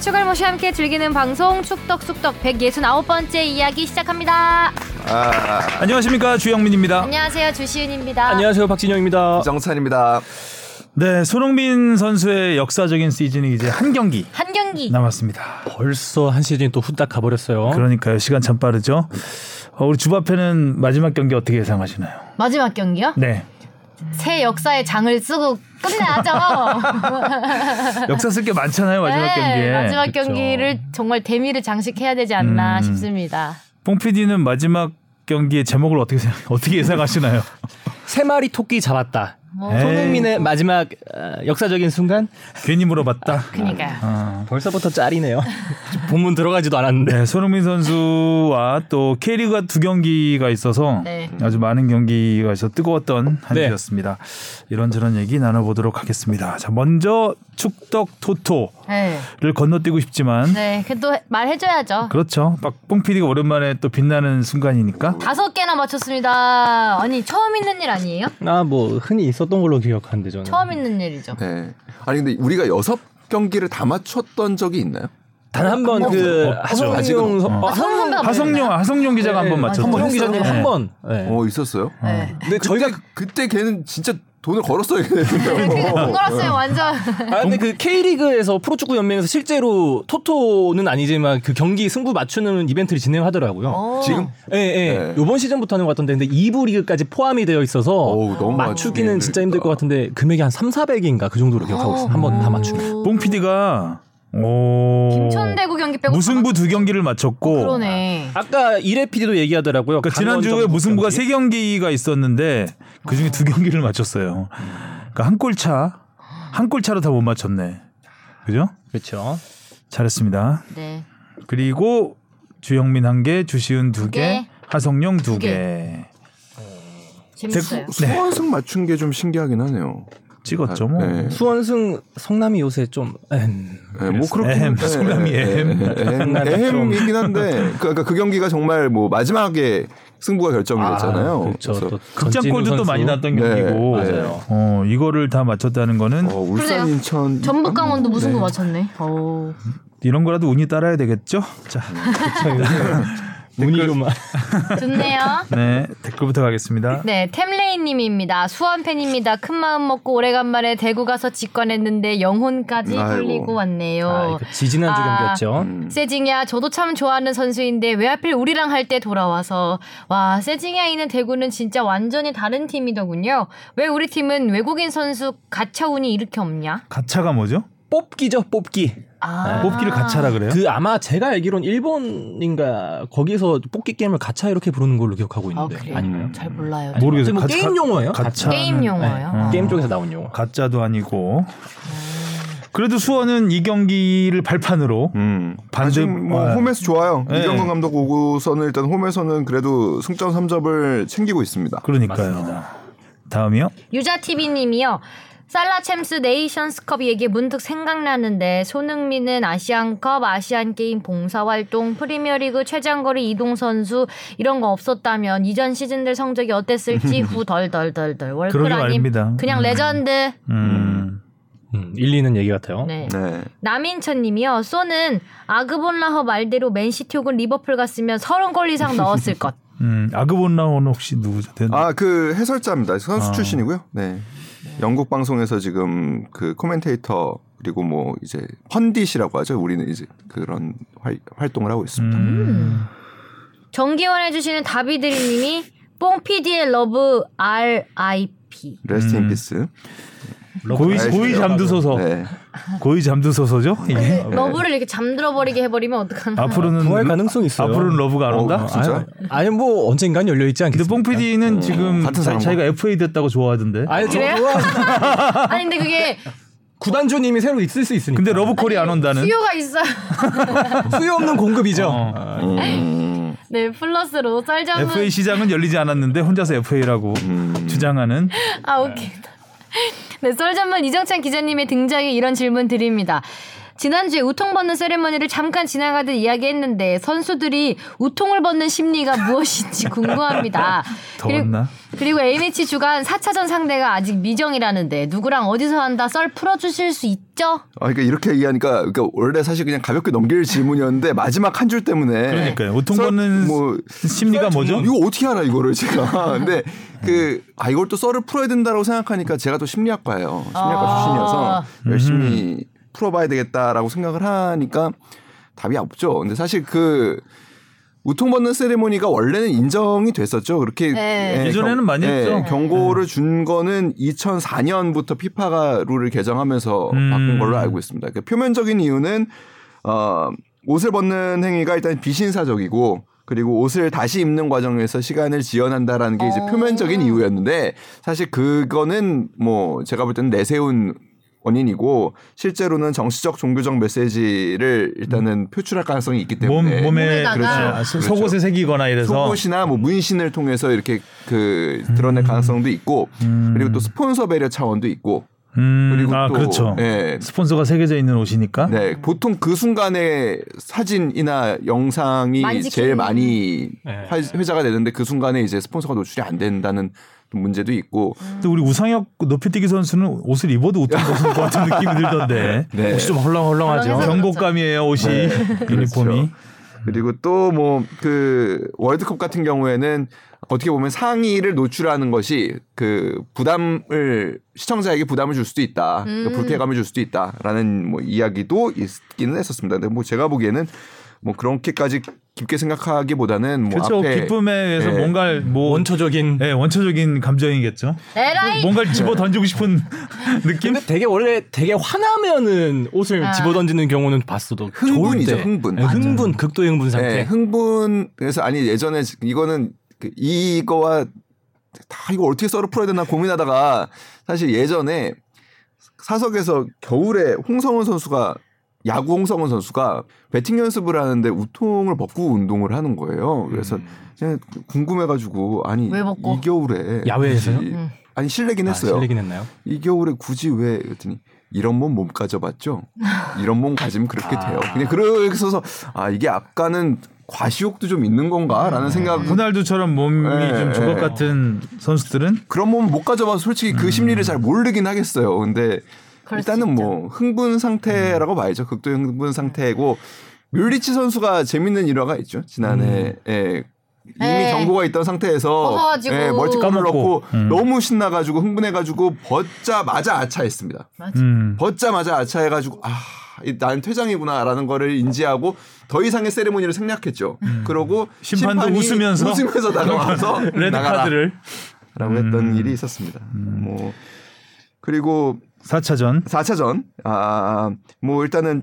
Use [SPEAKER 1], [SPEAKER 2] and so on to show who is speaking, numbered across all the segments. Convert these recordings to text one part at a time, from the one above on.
[SPEAKER 1] 추갈모씨와 함께 즐기는 방송 축덕숙덕 169번째 이야기 시작합니다.
[SPEAKER 2] 아,
[SPEAKER 3] 안녕하십니까 주영민입니다.
[SPEAKER 1] 안녕하세요 주시은입니다.
[SPEAKER 4] 안녕하세요 박진영입니다.
[SPEAKER 2] 정찬입니다.
[SPEAKER 3] 네, 손흥민 선수의 역사적인 시즌이
[SPEAKER 4] 네,
[SPEAKER 3] 이제 한 경기
[SPEAKER 1] 한 경기
[SPEAKER 3] 남았습니다.
[SPEAKER 4] 벌써 한 시즌 또 후딱 가버렸어요.
[SPEAKER 3] 그러니까요, 시간 참 빠르죠. 어, 우리 주바페는 마지막 경기 어떻게 예상하시나요?
[SPEAKER 1] 마지막 경기요?
[SPEAKER 3] 네,
[SPEAKER 1] 새 역사의 장을 쓰고 끝내야죠.
[SPEAKER 3] 역사 쓸 게 많잖아요 마지막
[SPEAKER 1] 네,
[SPEAKER 3] 경기에.
[SPEAKER 1] 마지막
[SPEAKER 4] 그쵸.
[SPEAKER 1] 경기를 정말 대미를 장식해야 되지 않나
[SPEAKER 3] 음.
[SPEAKER 1] 싶습니다.
[SPEAKER 3] 뽕 PD는 마지막 경기의 제목을 어떻게 생각, 어떻게 예상하시나요?
[SPEAKER 4] 세 마리 토끼 잡았다.
[SPEAKER 1] 뭐,
[SPEAKER 3] 에이.
[SPEAKER 4] 손흥민의 마지막 어, 역사적인 순간
[SPEAKER 3] 괜히 물어봤다.
[SPEAKER 1] 그러니까요.
[SPEAKER 3] 아.
[SPEAKER 4] 벌써부터 짤이네요. 본문 들어가지도 않았는데.
[SPEAKER 3] 네, 손흥민 선수와 또 K리그가 두 경기가 있어서
[SPEAKER 1] 네.
[SPEAKER 3] 아주 많은 경기가 있어 뜨거웠던 한
[SPEAKER 4] 네.
[SPEAKER 3] 주였습니다. 이런저런 얘기 나눠보도록 하겠습니다. 자, 먼저 축덕 토토를
[SPEAKER 1] 네.
[SPEAKER 3] 건너뛰고 싶지만
[SPEAKER 1] 네, 그래도 말해줘야죠.
[SPEAKER 3] 그렇죠. 막뽕 PD가 오랜만에 또 빛나는 순간이니까
[SPEAKER 1] 다섯 개나 맞췄습니다. 아니 처음 있는 일 아니에요?
[SPEAKER 4] 아 뭐 흔히 있었던 걸로 기억하는데 저는.
[SPEAKER 1] 처음 있는 일이죠.
[SPEAKER 2] 네. 아니 근데 우리가 여섯 경기를 다 맞췄던 적이 있나요?
[SPEAKER 4] 단 한 번 그
[SPEAKER 2] 없죠. 아직은
[SPEAKER 4] 하성룡 선-
[SPEAKER 3] 없죠.
[SPEAKER 4] 어,
[SPEAKER 1] 성훈 선배가
[SPEAKER 3] 하성룡 하성룡 기자가 한 번
[SPEAKER 4] 네,
[SPEAKER 1] 아,
[SPEAKER 3] 맞췄죠.
[SPEAKER 4] 하성룡 기자님
[SPEAKER 3] 네.
[SPEAKER 4] 한 번. 네.
[SPEAKER 2] 어 있었어요.
[SPEAKER 1] 보였나요? 네.
[SPEAKER 2] 근데 저희가 그때 걔는 진짜 돈을 걸었어요.
[SPEAKER 1] 돈
[SPEAKER 4] 그러니까
[SPEAKER 2] 걔는.
[SPEAKER 1] 걸었어요 완전.
[SPEAKER 4] 아 근데 그 K리그에서 프로축구 연맹에서 실제로 토토는 아니지만 그 경기 승부 맞추는 이벤트를 진행하더라고요.
[SPEAKER 1] 어.
[SPEAKER 2] 지금
[SPEAKER 4] 예, 예.
[SPEAKER 2] 네.
[SPEAKER 4] 요번 시즌부터는 것 같던데 근데 2부 리그까지 포함이 되어 있어서
[SPEAKER 2] 어우, 너무
[SPEAKER 3] 네,
[SPEAKER 4] 맞추기는
[SPEAKER 2] 맞추기 네.
[SPEAKER 4] 진짜 힘들
[SPEAKER 3] 그러니까.
[SPEAKER 4] 것 같은데 금액이 한 3, 400인가 그 정도로
[SPEAKER 1] 아.
[SPEAKER 4] 기억하고 있어요. 한 번 다
[SPEAKER 1] 음.
[SPEAKER 4] 맞추면.
[SPEAKER 3] 뽕 PD가 오
[SPEAKER 1] 김천대구 경기 빼고
[SPEAKER 3] 어. 무승부 두 경기를 맞췄고
[SPEAKER 1] 그러네.
[SPEAKER 4] 아까 이래 PD도 얘기하더라고요.
[SPEAKER 3] 그러니까 지난주에
[SPEAKER 4] 강원전
[SPEAKER 3] 무승부가
[SPEAKER 4] 경기.
[SPEAKER 3] 세 경기가 있었는데 그 중에 두 경기를 맞췄어요. 그러니까 한 골 차, 한 골 차로 다 못 맞췄네. 그죠?
[SPEAKER 4] 그렇죠.
[SPEAKER 3] 잘했습니다.
[SPEAKER 1] 네.
[SPEAKER 3] 그리고 주영민 한 개, 주시은 두 개,
[SPEAKER 1] 개.
[SPEAKER 3] 하성룡 두
[SPEAKER 1] 네. 개.
[SPEAKER 3] 개.
[SPEAKER 1] 재밌어요.
[SPEAKER 2] 수원승
[SPEAKER 4] 네.
[SPEAKER 2] 맞춘 게 좀 신기하긴 하네요.
[SPEAKER 3] 찍었죠
[SPEAKER 4] 아,
[SPEAKER 3] 뭐.
[SPEAKER 2] 네.
[SPEAKER 4] 수원승 성남이 요새 좀 음,
[SPEAKER 2] 네, 뭐 그렇게
[SPEAKER 3] 에헴, 성남이 에헴.
[SPEAKER 4] 성남이 좀.
[SPEAKER 2] 에헴이긴 한데 그러니까 그 경기가 정말 뭐 마지막에 승부가 결정이 됐잖아요.
[SPEAKER 4] 그렇죠.
[SPEAKER 2] 그래서,
[SPEAKER 4] 또
[SPEAKER 3] 극장골도 또
[SPEAKER 4] 전진우
[SPEAKER 3] 많이
[SPEAKER 4] 선수.
[SPEAKER 3] 났던
[SPEAKER 2] 네,
[SPEAKER 3] 경기고.
[SPEAKER 2] 맞아요.
[SPEAKER 3] 어, 이거를 다 맞췄다는 거는
[SPEAKER 2] 어, 울산
[SPEAKER 1] 그러네요.
[SPEAKER 2] 인천
[SPEAKER 1] 전북 강원도 무승부
[SPEAKER 2] 네.
[SPEAKER 1] 맞췄네. 어. 오.
[SPEAKER 3] 이런 거라도 운이 따라야 되겠죠? 자,
[SPEAKER 4] 문의로만.
[SPEAKER 1] 좋네요.
[SPEAKER 3] 네 댓글부터 가겠습니다.
[SPEAKER 1] 네, 템레이님입니다. 수원 팬입니다. 큰 마음 먹고 오래간만에 대구 가서 직관했는데 영혼까지
[SPEAKER 2] 아이고.
[SPEAKER 1] 풀리고 왔네요.
[SPEAKER 4] 아, 이거 지지난주
[SPEAKER 1] 아,
[SPEAKER 4] 경기였죠.
[SPEAKER 1] 세징야 저도 참 좋아하는 선수인데 왜 하필 우리랑 할 때 돌아와서 와 세징야 있는 대구는 진짜 완전히 다른 팀이더군요. 왜 우리 팀은 외국인 선수 가차운이 이렇게 없냐?
[SPEAKER 3] 가차가 뭐죠?
[SPEAKER 4] 뽑기죠, 뽑기.
[SPEAKER 1] 아.
[SPEAKER 3] 뽑기를 가차라 그래요?
[SPEAKER 4] 그 아마 제가 알기론 일본인가 거기서 뽑기 게임을 가차 이렇게 부르는 걸로 기억하고
[SPEAKER 1] 아
[SPEAKER 4] 있는데
[SPEAKER 1] 그래요?
[SPEAKER 4] 아닌가요?
[SPEAKER 1] 잘 몰라요.
[SPEAKER 3] 모르- 모르겠어요.
[SPEAKER 4] 뭐
[SPEAKER 3] 가차-
[SPEAKER 4] 게임 용어예요?
[SPEAKER 3] 가차는-
[SPEAKER 1] 게임 용어예요.
[SPEAKER 3] 네, 어.
[SPEAKER 4] 게임 쪽에서 나온 용어.
[SPEAKER 3] 가짜도 아니고. 그래도 수원은 이 경기를 발판으로
[SPEAKER 2] 음.
[SPEAKER 3] 반대
[SPEAKER 2] 아직 뭐
[SPEAKER 3] 아,
[SPEAKER 2] 홈에서 좋아요.
[SPEAKER 3] 네.
[SPEAKER 2] 이경근 감독 오고서는 일단 홈에서는 그래도 승점 3점을 챙기고 있습니다.
[SPEAKER 3] 그러니까요. 다음이요.
[SPEAKER 1] 유자 TV님이요. 살라 챔스 네이션스컵 얘기 문득 생각나는데 손흥민은 아시안컵, 아시안게임 봉사활동, 프리미어리그 최장거리 이동 선수 이런 거 없었다면 이전 시즌들 성적이 어땠을지 후덜덜덜덜 월클
[SPEAKER 3] 그러게
[SPEAKER 1] 아님
[SPEAKER 3] 말입니다.
[SPEAKER 1] 그냥 레전드
[SPEAKER 3] 음.
[SPEAKER 4] 음, 일리는 얘기 같아요.
[SPEAKER 1] 네.
[SPEAKER 2] 네.
[SPEAKER 1] 남인천님이요. 쏘는 아그본라허 말대로 맨시티 혹은 리버풀 갔으면 30골 이상 넣었을 것.
[SPEAKER 3] 음. 아그본라온 혹시 누구죠? 대-
[SPEAKER 2] 아 그 해설자입니다. 선수
[SPEAKER 3] 아.
[SPEAKER 2] 출신이고요. 네. 영국 방송에서 지금 그 코멘테이터 그리고 뭐 이제 펀딧이라고 하죠. 우리는 이제 그런 활, 활동을 하고 있습니다.
[SPEAKER 3] 음.
[SPEAKER 1] 정기원 해주시는 다비드리님이 뽕피디의 러브 R.I.P.
[SPEAKER 2] 레스트
[SPEAKER 3] 음. 어.
[SPEAKER 2] 인 피스.
[SPEAKER 3] 고이
[SPEAKER 2] 알겠습니다.
[SPEAKER 3] 고이 잠드소서.
[SPEAKER 2] 네.
[SPEAKER 3] 고이 잠드소서죠? 이게
[SPEAKER 1] 러브를 이렇게 잠들어 버리게 해버리면 어떡하나?
[SPEAKER 3] 앞으로는
[SPEAKER 4] 부활 가능성이 있어요.
[SPEAKER 3] 앞으로는 러브가 안
[SPEAKER 2] 어,
[SPEAKER 3] 온다.
[SPEAKER 2] 진짜? 어,
[SPEAKER 4] 아유, 아니 뭐 언젠간 열려 있지
[SPEAKER 3] 근데
[SPEAKER 4] 않겠습니까?
[SPEAKER 3] 뽕 PD는 지금
[SPEAKER 2] 같은
[SPEAKER 3] 자,
[SPEAKER 2] 사람과?
[SPEAKER 3] 자기가 FA 됐다고 좋아하던데.
[SPEAKER 4] 아니 저
[SPEAKER 1] 그래요?
[SPEAKER 4] 좋아.
[SPEAKER 1] 아니 근데 그게
[SPEAKER 4] 구단주님이 새로 있을 수 있으니까.
[SPEAKER 3] 근데 러브콜이 안 온다는.
[SPEAKER 1] 수요가 있어요.
[SPEAKER 4] 수요 없는 공급이죠.
[SPEAKER 3] 어.
[SPEAKER 4] 아,
[SPEAKER 2] 음.
[SPEAKER 1] 네 플러스로 썰점은
[SPEAKER 3] FA 시장은 열리지 않았는데 혼자서 FA라고
[SPEAKER 2] 음.
[SPEAKER 3] 주장하는
[SPEAKER 1] 아 웃기다. 네 썰점은 이정찬 기자님의 등장에 이런 질문 드립니다. 지난주에 우통 벗는 세레머니를 잠깐 지나가듯 이야기했는데 선수들이 우통을 벗는 심리가 무엇인지 궁금합니다.
[SPEAKER 3] 더웠나?
[SPEAKER 1] 그리고 AMH 주간 4차전 상대가 아직 미정이라는데 누구랑 어디서 한다 썰 풀어주실 수 있죠?
[SPEAKER 2] 아, 그러니까 이렇게 얘기하니까 그러니까 원래 사실 그냥 가볍게 넘길 질문이었는데 마지막 한 줄 때문에
[SPEAKER 3] 그러니까요. 우통
[SPEAKER 2] 썰-
[SPEAKER 3] 벗는
[SPEAKER 2] 뭐
[SPEAKER 3] 심리가 뭐죠?
[SPEAKER 2] 이거 어떻게 알아 이거를 제가 근데 그 아 이걸 또 썰을 풀어야 된다고 생각하니까 제가 또 심리학과예요 심리학과
[SPEAKER 1] 아.
[SPEAKER 2] 출신이어서 열심히 풀어봐야 되겠다라고 생각을 하니까 답이 없죠 근데 사실 그 우통 벗는 세레모니가 원래는 인정이 됐었죠 그렇게
[SPEAKER 1] 네.
[SPEAKER 2] 예,
[SPEAKER 3] 예전에는
[SPEAKER 2] 경-
[SPEAKER 3] 많이
[SPEAKER 2] 예,
[SPEAKER 3] 했죠.
[SPEAKER 2] 경고를 준 거는 2004년부터 피파가 룰을 개정하면서 바꾼
[SPEAKER 3] 음.
[SPEAKER 2] 걸로 알고 있습니다 그 표면적인 이유는 어, 옷을 벗는 행위가 일단 비신사적이고 그리고 옷을 다시 입는 과정에서 시간을 지연한다라는 게 이제
[SPEAKER 1] 어.
[SPEAKER 2] 표면적인 이유였는데 사실 그거는 뭐 제가 볼 때는 내세운 원인이고 실제로는 정치적 종교적 메시지를 일단은 표출할 가능성이 있기
[SPEAKER 3] 음. 몸
[SPEAKER 2] 때문에
[SPEAKER 3] 몸에
[SPEAKER 1] 몸에다가-
[SPEAKER 3] 아, 소- 속옷에
[SPEAKER 2] 그렇죠.
[SPEAKER 3] 새기거나 이래서
[SPEAKER 2] 속옷이나 뭐 문신을 통해서 이렇게 그
[SPEAKER 3] 음.
[SPEAKER 2] 드러낼 가능성도 있고 그리고 또 스폰서 배려 차원도 있고
[SPEAKER 3] 음,
[SPEAKER 2] 그리고
[SPEAKER 3] 아
[SPEAKER 2] 또
[SPEAKER 3] 그렇죠.
[SPEAKER 2] 예,
[SPEAKER 3] 스폰서가 새겨져 있는 옷이니까.
[SPEAKER 2] 네,
[SPEAKER 1] 음.
[SPEAKER 2] 보통 그 순간에 사진이나 영상이
[SPEAKER 1] 많이 찍히는-
[SPEAKER 2] 제일 많이
[SPEAKER 4] 네.
[SPEAKER 2] 화- 회자가 되는데 그 순간에 이제 스폰서가 노출이 안 된다는 또 문제도 있고
[SPEAKER 1] 음.
[SPEAKER 3] 또 우리 우상혁 높이뛰기 선수는 옷을 입어도 우통 벗은 것 같은 느낌이 들던데.
[SPEAKER 2] 네.
[SPEAKER 4] 옷이 좀 헐렁헐렁하죠.
[SPEAKER 1] 헐렁해서-
[SPEAKER 3] 경고감이에요 옷이 유니폼이.
[SPEAKER 2] 그리고 또 뭐 그 월드컵 같은 경우에는 어떻게 보면 상의를 노출하는 것이 그 부담을 시청자에게 부담을 줄 수도 있다,
[SPEAKER 1] 음.
[SPEAKER 2] 그러니까 불쾌감을 줄 수도 있다라는 뭐 이야기도 있기는 했었습니다. 근데 뭐 제가 보기에는 뭐 그렇게까지 깊게 생각하기보다는 뭐
[SPEAKER 3] 그렇죠.
[SPEAKER 2] 앞에
[SPEAKER 3] 기쁨에 의해서
[SPEAKER 2] 예.
[SPEAKER 3] 뭔가 뭐
[SPEAKER 4] 원초적인.
[SPEAKER 3] 예, 원초적인 감정이겠죠.
[SPEAKER 1] 에라이
[SPEAKER 3] 뭔가를 집어 던지고 싶은 느낌.
[SPEAKER 4] 근데 되게 원래 되게 화나면은 옷을
[SPEAKER 1] 아.
[SPEAKER 4] 집어 던지는 경우는 봤어도
[SPEAKER 2] 흥분이죠,
[SPEAKER 4] 좋을 때.
[SPEAKER 2] 흥분.
[SPEAKER 4] 네, 흥분, 극도 흥분 상태.
[SPEAKER 2] 네, 흥분 그래서 아니 예전에 이거는 그 이거와 다 이거 어떻게 썰어 풀어야 되나 고민하다가 사실 예전에 사석에서 겨울에 홍성훈 선수가 야구 홍성훈 선수가 배팅 연습을 하는데 우통을 벗고 운동을 하는 거예요. 그래서
[SPEAKER 4] 음.
[SPEAKER 2] 제가 궁금해가지고 아니
[SPEAKER 1] 왜 벗고?
[SPEAKER 2] 이 겨울에
[SPEAKER 4] 야외에서요?
[SPEAKER 2] 굳이-
[SPEAKER 1] 음.
[SPEAKER 2] 아니 실내긴
[SPEAKER 4] 아,
[SPEAKER 2] 했어요.
[SPEAKER 4] 실례긴 했나요?
[SPEAKER 2] 이 겨울에 굳이 왜 그랬더니 이런 몸 몸 가져봤죠? 이런 몸 가지면 그렇게
[SPEAKER 1] 아.
[SPEAKER 2] 돼요. 그냥 그래서 아 이게 아까는 과시욕도 좀 있는 건가라는
[SPEAKER 1] 음.
[SPEAKER 2] 생각.
[SPEAKER 3] 호날두처럼 몸이
[SPEAKER 2] 예,
[SPEAKER 3] 좀 주걱
[SPEAKER 2] 예.
[SPEAKER 3] 같은 선수들은
[SPEAKER 2] 그런 몸 못 가져봐서 솔직히 그 심리를 잘 모르긴 하겠어요. 근데
[SPEAKER 1] 음. 그럴 수 음.
[SPEAKER 2] 일단은 뭐 흥분 상태라고 봐야죠. 극도 흥분 상태고 뮬리치 선수가 재밌는 일화가 있죠. 지난해 예, 이미
[SPEAKER 1] 음. 예.
[SPEAKER 2] 경고가 있던 상태에서
[SPEAKER 1] 벗어가지고.
[SPEAKER 2] 예, 멀티감을
[SPEAKER 3] 까먹고. 음.
[SPEAKER 2] 넣고 너무 신나가지고 흥분해가지고 벗자마자 아차했습니다.
[SPEAKER 3] 음,
[SPEAKER 2] 벗자마자 아차해가지고 아. 이- 난 퇴장이구나라는 거를 인지하고 더 이상의 세레모니를 생략했죠. 그러고
[SPEAKER 3] 음. 심판도
[SPEAKER 2] 심판이
[SPEAKER 3] 웃으면서
[SPEAKER 2] 웃으면서 다가와서
[SPEAKER 3] 레드
[SPEAKER 2] 나가라라고
[SPEAKER 3] 카드를 음.
[SPEAKER 2] 했던 일이 있었습니다. 뭐 그리고
[SPEAKER 3] 4차전
[SPEAKER 2] 4차전 아 뭐 일단은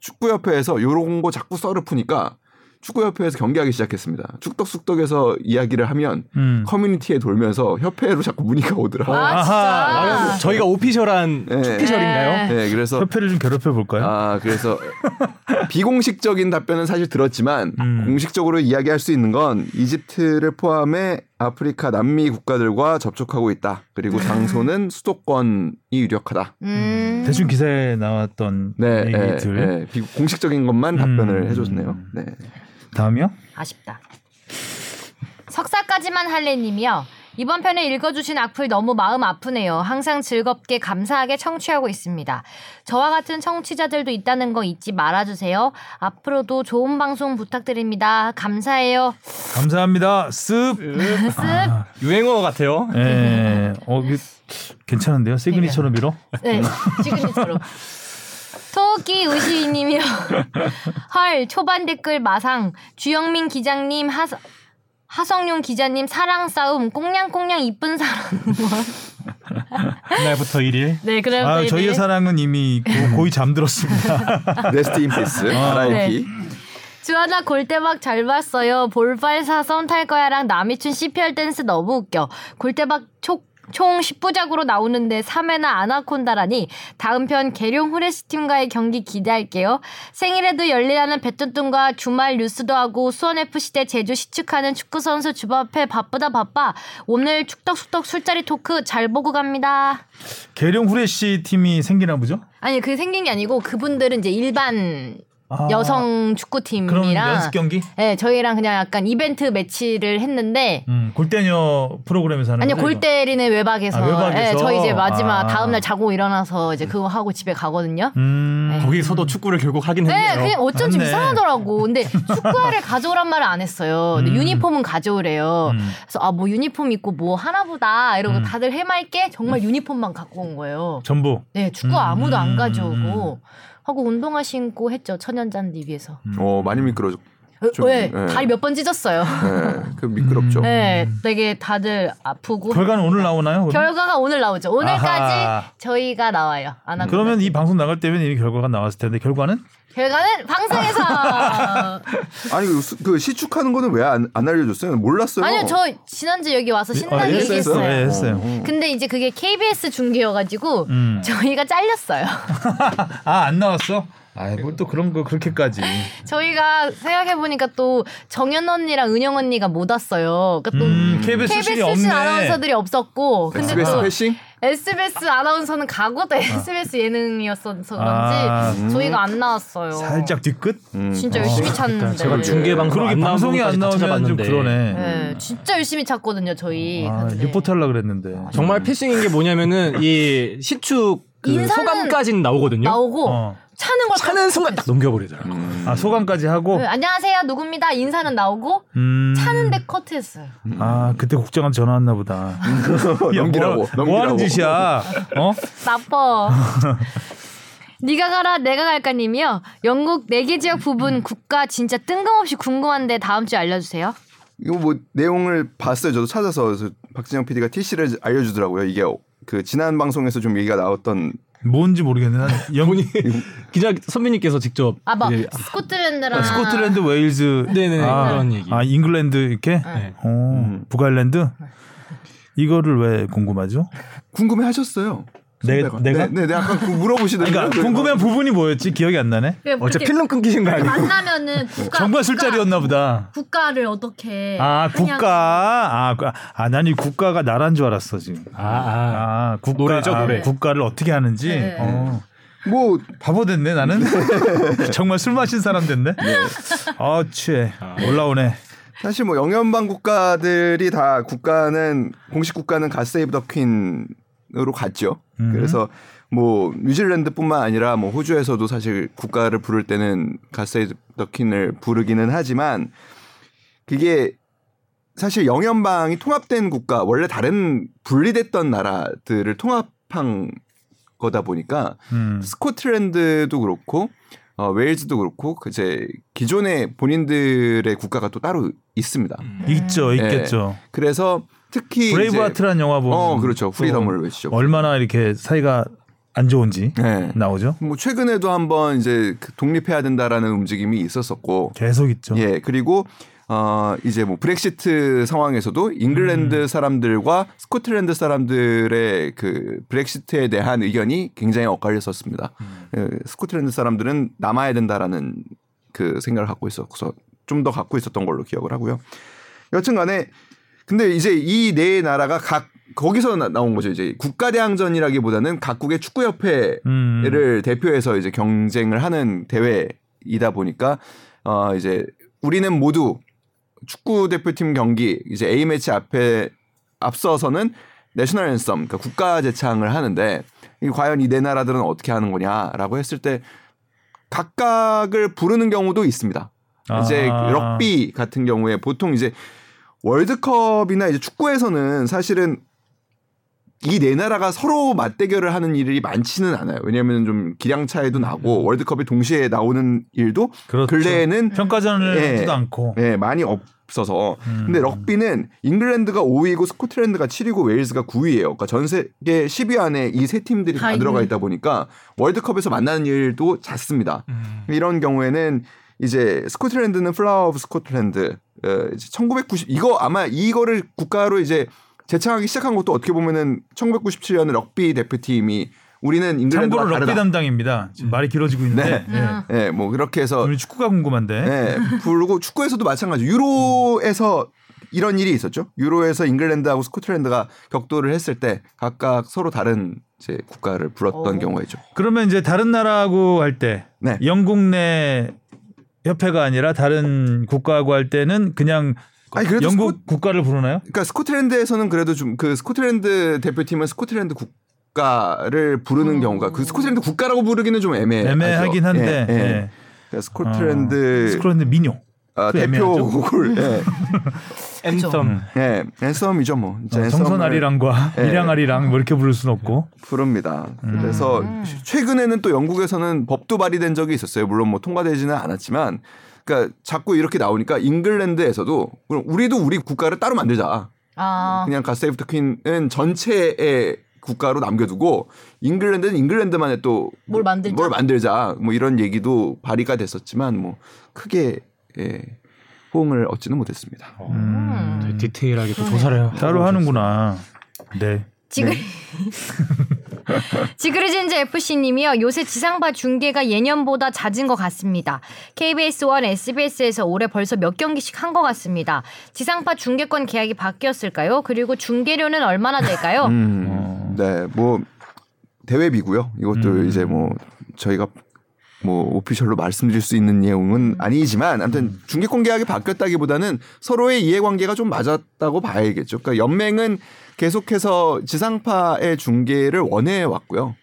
[SPEAKER 2] 축구협회에서 요런 거 자꾸 썰을 푸니까 축구협회에서 경기하기 시작했습니다. 축덕숙덕에서 이야기를 하면
[SPEAKER 3] 음.
[SPEAKER 2] 커뮤니티에 돌면서 협회로 자꾸 문의가 오더라.
[SPEAKER 1] 아
[SPEAKER 3] 아하.
[SPEAKER 1] 진짜
[SPEAKER 4] 저희가 오피셜한
[SPEAKER 2] 예.
[SPEAKER 4] 축피셜인가요?
[SPEAKER 1] 네.
[SPEAKER 2] 네, 그래서
[SPEAKER 3] 협회를 좀 괴롭혀 볼까요?
[SPEAKER 2] 아, 그래서 비공식적인 답변은 사실 들었지만
[SPEAKER 3] 음.
[SPEAKER 2] 공식적으로 이야기할 수 있는 건 이집트를 포함해 아프리카 남미 국가들과 접촉하고 있다.
[SPEAKER 3] 네.
[SPEAKER 2] 그리고 장소는 수도권이 유력하다.
[SPEAKER 1] 음.
[SPEAKER 3] 대충 기사에 나왔던
[SPEAKER 2] 네,
[SPEAKER 3] 얘기들
[SPEAKER 2] 예, 예. 비공식적인 것만 답변을
[SPEAKER 3] 음.
[SPEAKER 2] 해줬네요. 네.
[SPEAKER 3] 다음이요?
[SPEAKER 1] 아쉽다. 석사까지만 할래님이요. 이번 편에 읽어주신 악플 너무 마음 아프네요. 항상 즐겁게 감사하게 청취하고 있습니다. 저와 같은 청취자들도 있다는 거 잊지 말아주세요. 앞으로도 좋은 방송 부탁드립니다. 감사해요.
[SPEAKER 3] 감사합니다. 습.
[SPEAKER 1] 습.
[SPEAKER 4] 유행어 같아요.
[SPEAKER 3] 예. 어, 이게 괜찮은데요? 세그니처럼 밀어?
[SPEAKER 1] 네, 시그니처로. 토끼 의시님이요. 헐, 초반 댓글 마상. 주영민 기장님, 하서, 하성룡 기자님, 사랑 싸움, 꽁냥꽁냥 이쁜 사람.
[SPEAKER 4] 그날부터 1일.
[SPEAKER 1] 네, 그럼
[SPEAKER 3] 아,
[SPEAKER 1] 저희들-
[SPEAKER 3] 저희의 사랑은 이미 고, 거의 잠들었습니다.
[SPEAKER 2] 레스트 인 피스.
[SPEAKER 3] 아.
[SPEAKER 1] 네.
[SPEAKER 2] RIP.
[SPEAKER 1] 주하나 골대박 잘 봤어요. 볼빨 사선 탈 거야랑 남이춘 CPR 댄스 너무 웃겨. 골대박 촉 총 10부작으로 나오는데 3회나 아나콘다라니 다음 편 계룡 후레스팀과의 경기 기대할게요. 생일에도 열리라는 배뚜뚱과 주말 뉴스도 하고 수원FC 대 제주 시축하는 축구선수 주바페 바쁘다 바빠 오늘 축덕숙덕 술자리 토크 잘 보고 갑니다.
[SPEAKER 3] 계룡 후레쉬 팀이 생기나 보죠?
[SPEAKER 1] 아니 그게 생긴 게 아니고 그분들은 이제 일반
[SPEAKER 3] 아,
[SPEAKER 1] 여성
[SPEAKER 3] 그럼
[SPEAKER 1] 축구팀이랑
[SPEAKER 3] 연습 경기?
[SPEAKER 1] 네, 저희랑 그냥 약간 이벤트 매치를 했는데
[SPEAKER 3] 음, 골대녀 프로그램에서 하는
[SPEAKER 1] 아니요
[SPEAKER 3] 거죠,
[SPEAKER 1] 골
[SPEAKER 3] 이거?
[SPEAKER 1] 때리는 외박에서,
[SPEAKER 3] 아, 외박에서?
[SPEAKER 1] 예, 저희 이제 마지막
[SPEAKER 3] 아.
[SPEAKER 1] 다음날 자고 일어나서 이제 그거 하고 집에 가거든요.
[SPEAKER 3] 음.
[SPEAKER 1] 네.
[SPEAKER 4] 거기서도 축구를 결국 하긴
[SPEAKER 1] 네, 그냥 어쩐지
[SPEAKER 3] 맞네.
[SPEAKER 1] 이상하더라고. 근데 축구화를 가져오란 말을 안 했어요. 근데
[SPEAKER 3] 음.
[SPEAKER 1] 유니폼은 가져오래요.
[SPEAKER 3] 음.
[SPEAKER 1] 그래서 아 뭐 유니폼 입고 뭐 하나보다 이러고
[SPEAKER 3] 음.
[SPEAKER 1] 다들 해맑게 정말 유니폼만 갖고 온 거예요.
[SPEAKER 3] 전부.
[SPEAKER 1] 네, 축구 아무도
[SPEAKER 3] 음. 음.
[SPEAKER 1] 안 가져오고 하고 운동화 신고 했죠 천연잔디 위에서.
[SPEAKER 2] 어 많이 미끄러져.
[SPEAKER 1] 어,
[SPEAKER 2] 좀,
[SPEAKER 1] 네,
[SPEAKER 2] 네.
[SPEAKER 1] 다리 몇 번 찢었어요.
[SPEAKER 2] 예, 그 미끄럽죠.
[SPEAKER 1] 네,
[SPEAKER 3] 음.
[SPEAKER 1] 되게 다들 아프고.
[SPEAKER 3] 결과는 오늘 나오나요? 그럼?
[SPEAKER 1] 결과가 오늘 나오죠. 오늘까지
[SPEAKER 3] 아하.
[SPEAKER 1] 저희가 나와요. 안 합니다.
[SPEAKER 3] 그러면 이 방송 나갈 때면 이미 결과가 나왔을 텐데 결과는
[SPEAKER 1] 결과는 방송에서.
[SPEAKER 3] 아,
[SPEAKER 2] 아니 그, 수- 그 시축하는 거는 왜 안 알려줬어요? 몰랐어요.
[SPEAKER 1] 아니요, 저 지난주 여기 와서 신나게
[SPEAKER 3] 아, 했어요?
[SPEAKER 1] 얘기했어요.
[SPEAKER 3] 예, 했어요.
[SPEAKER 2] 어.
[SPEAKER 1] 근데 이제 그게 KBS 중계여가지고
[SPEAKER 3] 음.
[SPEAKER 1] 저희가 잘렸어요.
[SPEAKER 3] 아 안 나왔어? 아뭘또 그런 거 그렇게까지.
[SPEAKER 1] 저희가 생각해 보니까 또 정연 언니랑 은영 언니가 못 왔어요. 그러니까 또
[SPEAKER 3] 음, KBS 출신이
[SPEAKER 1] KBS
[SPEAKER 3] 없네.
[SPEAKER 1] 신 아나운서들이 없었고, 근데 그
[SPEAKER 2] SBS
[SPEAKER 1] 또
[SPEAKER 2] 패싱?
[SPEAKER 1] SBS 아나운서는 가고도 SBS 예능이었어서
[SPEAKER 3] 아,
[SPEAKER 1] 그런지 저희가 안 나왔어요.
[SPEAKER 3] 살짝 음. 뒤끝?
[SPEAKER 2] 음.
[SPEAKER 1] 진짜 열심히 찾는데.
[SPEAKER 4] 제가 중계 방송
[SPEAKER 3] 음, 그러게
[SPEAKER 4] 안 나온
[SPEAKER 3] 방송이 안
[SPEAKER 4] 것까지 다
[SPEAKER 3] 나오면 좀
[SPEAKER 4] 찾아봤는데.
[SPEAKER 3] 그러네.
[SPEAKER 1] 네, 진짜 열심히 찾거든요, 저희.
[SPEAKER 3] 음. 아,
[SPEAKER 1] 근데.
[SPEAKER 3] 리포트 하려 그랬는데.
[SPEAKER 1] 아,
[SPEAKER 4] 정말 패싱인 게 뭐냐면은 이 시축 그
[SPEAKER 1] 인사는
[SPEAKER 4] 소감까지는 나오거든요.
[SPEAKER 1] 나오고
[SPEAKER 3] 어.
[SPEAKER 1] 차는 걸
[SPEAKER 4] 차는 순간 딱 넘겨버리더라고.
[SPEAKER 3] 아 소감까지 하고.
[SPEAKER 1] 네, 안녕하세요, 누굽니다. 인사는 나오고
[SPEAKER 3] 음.
[SPEAKER 1] 차는데 커트했어요.
[SPEAKER 3] 아 그때 국장한테 전화 왔나 보다. 야,
[SPEAKER 2] 넘기라고.
[SPEAKER 3] 뭐,
[SPEAKER 2] 넘기라고.
[SPEAKER 3] 뭐 하는 짓이야? 어?
[SPEAKER 1] 나빠. 니가 가라 내가 갈까님이요. 영국 4개 지역 부분 국가 진짜 뜬금없이 궁금한데 다음 주에 알려주세요.
[SPEAKER 2] 이거 뭐 내용을 봤어요. 저도 찾아서 그래서 박진영 PD가 TC를 알려주더라고요. 이게 그 지난 방송에서 좀 얘기가 나왔던
[SPEAKER 3] 뭔지 모르겠는데 난 영...
[SPEAKER 4] 본인 기자 선배님께서 직접
[SPEAKER 1] 아, 막
[SPEAKER 4] 이제
[SPEAKER 1] 스코틀랜드랑
[SPEAKER 3] 예. 아, 스코틀랜드, 웨일즈,
[SPEAKER 4] 네네,
[SPEAKER 3] 아,
[SPEAKER 4] 그런 얘기.
[SPEAKER 3] 아 잉글랜드
[SPEAKER 1] 네.
[SPEAKER 3] 이렇게, 어,
[SPEAKER 2] 음.
[SPEAKER 3] 북아일랜드 이거를 왜 궁금하죠?
[SPEAKER 2] 궁금해하셨어요.
[SPEAKER 3] 내-
[SPEAKER 2] 선배가.
[SPEAKER 3] 내가?
[SPEAKER 2] 네, 네, 네, 아까 그 물어보시더니
[SPEAKER 3] 그러니까 궁금한 부분이 뭐였지? 기억이 안 나네.
[SPEAKER 1] 그냥
[SPEAKER 4] 어째
[SPEAKER 1] 그렇게
[SPEAKER 4] 필름 끊기신 거 아니에요?
[SPEAKER 1] 만나면은 국가,
[SPEAKER 3] 정말 술자리였나 보다.
[SPEAKER 1] 국가, 를 어떻게
[SPEAKER 3] 아
[SPEAKER 1] 그냥-
[SPEAKER 3] 국가 아아난이 국가가 나란 줄 알았어 지금.
[SPEAKER 4] 아, 아.
[SPEAKER 3] 아 국가
[SPEAKER 4] 노래죠,
[SPEAKER 3] 아,
[SPEAKER 4] 노래.
[SPEAKER 3] 국가를 어떻게 하는지.
[SPEAKER 1] 네.
[SPEAKER 3] 어.
[SPEAKER 2] 뭐
[SPEAKER 3] 바보 됐네 나는 정말 술 마신 사람 됐네 아 취해 올라오네
[SPEAKER 2] 사실 뭐 영연방 국가들이 다 국가는 공식 국가는 갓 세이브 더 퀸으로 갔죠.
[SPEAKER 3] 음.
[SPEAKER 2] 그래서 뭐 뉴질랜드뿐만 아니라 뭐 호주에서도 사실 국가를 부를 때는 갓 세이브 더 퀸을 부르기는 하지만 그게 사실 영연방이 통합된 국가 원래 다른 분리됐던 나라들을 통합한 거다 보니까
[SPEAKER 3] 음.
[SPEAKER 2] 스코틀랜드도 그렇고 어, 웨일즈도 그렇고 그 이제 기존의 본인들의 국가가 또 따로 있습니다.
[SPEAKER 3] 있죠
[SPEAKER 2] 예.
[SPEAKER 3] 있겠죠
[SPEAKER 2] 그래서 특히 이제,
[SPEAKER 3] 음. 브레이브하트란 영화 보면
[SPEAKER 2] 어 그렇죠
[SPEAKER 3] 또
[SPEAKER 2] 프리덤을 외치죠.
[SPEAKER 3] 얼마나 이렇게 사이가 안 좋은지
[SPEAKER 2] 네.
[SPEAKER 3] 나오죠
[SPEAKER 2] 뭐 최근에도 한번 이제 그 독립해야 된다라는 움직임이 있었었고
[SPEAKER 3] 계속 있죠
[SPEAKER 2] 예 그리고 어 이제 뭐 브렉시트 상황에서도 잉글랜드 사람들과 스코틀랜드 사람들의 그 브렉시트에 대한 의견이 굉장히 엇갈렸었습니다. 예, 스코틀랜드 사람들은 남아야 된다라는 그 생각을 갖고 있어서 좀 더 갖고 있었던 걸로 기억을 하고요. 여튼간에 근데 이제 이 네 나라가 각 거기서 나, 나온 거죠. 이제 국가 대항전이라기보다는 각국의 축구 협회를
[SPEAKER 3] 음.
[SPEAKER 2] 대표해서 이제 경쟁을 하는 대회이다 보니까 어 이제 우리는 모두 축구 대표팀 경기 이제 A 매치 앞에 앞서서는 내셔널 앤썸 그러니까 국가 제창을 하는데 이 과연 이 네 나라들은 어떻게 하는 거냐라고 했을 때 각각을 부르는 경우도 있습니다.
[SPEAKER 3] 아.
[SPEAKER 2] 이제 럭비 같은 경우에 보통 이제 월드컵이나 이제 축구에서는 사실은 이 네 나라가 서로 맞대결을 하는 일이 많지는 않아요. 왜냐하면 좀 기량 차이도 나고 월드컵이 동시에 나오는 일도
[SPEAKER 3] 음. 그렇죠.
[SPEAKER 2] 근래에는
[SPEAKER 3] 평가전을
[SPEAKER 2] 예.
[SPEAKER 3] 하지도 않고
[SPEAKER 2] 네, 많이 없어서.
[SPEAKER 3] 음.
[SPEAKER 2] 근데 럭비는 잉글랜드가 5위고 스코틀랜드가 7위고 웨일즈가 9위예요. 그러니까 전 세계 10위 안에 이 세 팀들이 다
[SPEAKER 1] 다
[SPEAKER 2] 들어가
[SPEAKER 1] 있는.
[SPEAKER 2] 있다 보니까 월드컵에서 만나는 일도 잦습니다.
[SPEAKER 3] 음.
[SPEAKER 2] 이런 경우에는 이제 스코틀랜드는 플라워 오브 스코틀랜드 어, 이제 1990 이거 아마 이거를 국가로 이제 재창하기 시작한 것도 어떻게 보면은 1997년 럭비 대표팀이 우리는
[SPEAKER 3] 참고로
[SPEAKER 2] 잉글랜드와
[SPEAKER 3] 럭비
[SPEAKER 2] 다르다.
[SPEAKER 3] 담당입니다. 지금 말이 길어지고 있는데
[SPEAKER 1] 네. 음.
[SPEAKER 2] 예, 뭐 그렇게 해서
[SPEAKER 3] 오늘 축구가 궁금한데
[SPEAKER 2] 예, 부르고 축구에서도 마찬가지. 유로에서 이런 일이 있었죠. 유로에서 잉글랜드하고 스코틀랜드가 격돌을 했을 때 각각 서로 다른 이제 국가를 불렀던
[SPEAKER 1] 어.
[SPEAKER 2] 경우가 있죠.
[SPEAKER 3] 그러면 이제 다른 나라하고 할 때
[SPEAKER 2] 네.
[SPEAKER 3] 영국 내 협회가 아니라 다른 국가하고 할 때는 그냥
[SPEAKER 2] 아니, 그래도
[SPEAKER 3] 영국 국가를 부르나요?
[SPEAKER 2] 그러니까 스코틀랜드에서는 그래도 좀 그 스코틀랜드 대표팀은 스코틀랜드 국가를 부르는
[SPEAKER 1] 음.
[SPEAKER 2] 경우가 그 스코틀랜드 국가라고 부르기는 좀 애매
[SPEAKER 3] 애매하긴
[SPEAKER 2] 아,
[SPEAKER 3] 한데 예.
[SPEAKER 2] 그러니까
[SPEAKER 3] 어,
[SPEAKER 2] 스코틀랜드
[SPEAKER 3] 스코틀랜드 민요.
[SPEAKER 2] 아,
[SPEAKER 3] 그
[SPEAKER 2] 대표
[SPEAKER 3] 애매하죠.
[SPEAKER 2] 곡을 예.
[SPEAKER 4] 앤섬.
[SPEAKER 2] 예. 앤썸이죠 뭐.
[SPEAKER 3] 어, 정선아리랑과
[SPEAKER 2] 예.
[SPEAKER 3] 이량아리랑 뭐 이렇게 부를 순 없고
[SPEAKER 2] 부릅니다. 그래서
[SPEAKER 1] 음.
[SPEAKER 2] 최근에는 또 영국에서는 법도 발의된 적이 있었어요. 물론 뭐 통과되지는 않았지만 그러니까 자꾸 이렇게 나오니까 잉글랜드에서도 그럼 우리도 우리 국가를 따로 만들자.
[SPEAKER 1] 아,
[SPEAKER 3] 음.
[SPEAKER 2] 그냥 가세이브터 퀸은 전체의 국가로 남겨두고 잉글랜드는 잉글랜드만의
[SPEAKER 1] 뭘
[SPEAKER 2] 또뭘
[SPEAKER 1] 만들자.
[SPEAKER 2] 뭘 만들자 뭐 이런 얘기도 발의가 됐었지만 뭐 크게 예, 호응을 얻지는 못했습니다.
[SPEAKER 3] 음.
[SPEAKER 1] 음.
[SPEAKER 4] 디테일하게 또 조사를 하고
[SPEAKER 3] 따로
[SPEAKER 2] 아,
[SPEAKER 3] 하는구나.
[SPEAKER 2] 그렇죠.
[SPEAKER 3] 네.
[SPEAKER 1] 지그리 지그리진즈 FC님이요. 요새 지상파 중계가 예년보다 잦은 것 같습니다. KBS1, SBS에서 올해 벌써 몇 경기씩 한 것 같습니다. 지상파 중계권 계약이 바뀌었을까요? 그리고 중계료는 얼마나 될까요?
[SPEAKER 2] 음, 네, 뭐 대회비고요. 이것도
[SPEAKER 3] 음.
[SPEAKER 2] 이제 뭐 저희가 뭐 오피셜로 말씀드릴 수 있는 내용은 아니지만 아무튼 중개권 계약이 바뀌었다기보다는 서로의 이해관계가 좀 맞았다고 봐야겠죠. 그러니까 연맹은 계속해서 지상파의 중계를 원해 왔고요.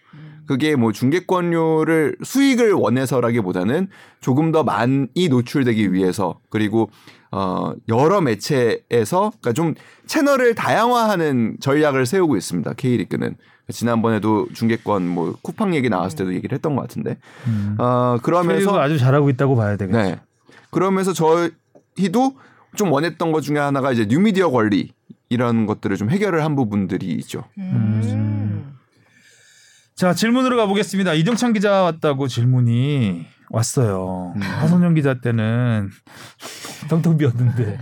[SPEAKER 2] 그게 뭐 중개권료를 수익을 원해서라기보다는 조금 더 많이 노출되기 위해서 그리고 어 여러 매체에서 그러니까 좀 채널을 다양화하는 전략을 세우고 있습니다. K리그는 그러니까 지난번에도 중개권 뭐 쿠팡 얘기 나왔을 때도 얘기를 했던 것 같은데
[SPEAKER 3] 네. 음.
[SPEAKER 2] 어
[SPEAKER 3] 그래서
[SPEAKER 2] 그러면서
[SPEAKER 3] 아주 잘하고 있다고 봐야 되겠죠.
[SPEAKER 2] 네 그러면서 저희도 좀 원했던 것 중에 하나가 이제 뉴미디어 권리 이런 것들을 좀 해결을 한 부분들이 있죠.
[SPEAKER 1] 음.
[SPEAKER 3] 자 질문으로 가보겠습니다. 이정찬 기자 왔다고 질문이 왔어요.
[SPEAKER 1] 음.
[SPEAKER 3] 하성룡 기자 때는 텅텅 비었는데.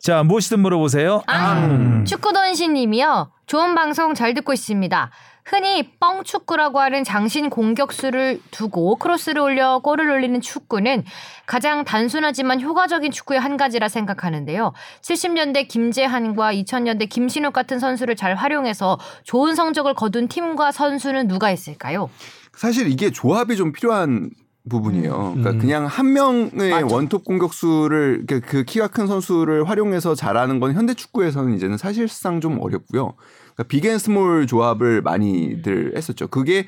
[SPEAKER 3] 자 무엇이든 물어보세요.
[SPEAKER 1] 아.
[SPEAKER 2] 음.
[SPEAKER 1] 축구던시님이요. 좋은 방송 잘 듣고 있습니다. 흔히 뻥축구라고 하는 장신 공격수를 두고 크로스를 올려 골을 올리는 축구는 가장 단순하지만 효과적인 축구의 한 가지라 생각하는데요. 70년대 김재한과 2000년대 김신욱 같은 선수를 잘 활용해서 좋은 성적을 거둔 팀과 선수는 누가 있을까요?
[SPEAKER 2] 사실 이게 조합이 좀 필요한 부분이에요. 그러니까
[SPEAKER 4] 음.
[SPEAKER 2] 그냥 한 명의
[SPEAKER 1] 맞아.
[SPEAKER 2] 원톱 공격수를 그, 그 키가 큰 선수를 활용해서 잘하는 건 현대 축구에서는 이제는 사실상 좀 어렵고요. 그러니까 빅앤스몰 조합을 많이들
[SPEAKER 1] 음.
[SPEAKER 2] 했었죠. 그게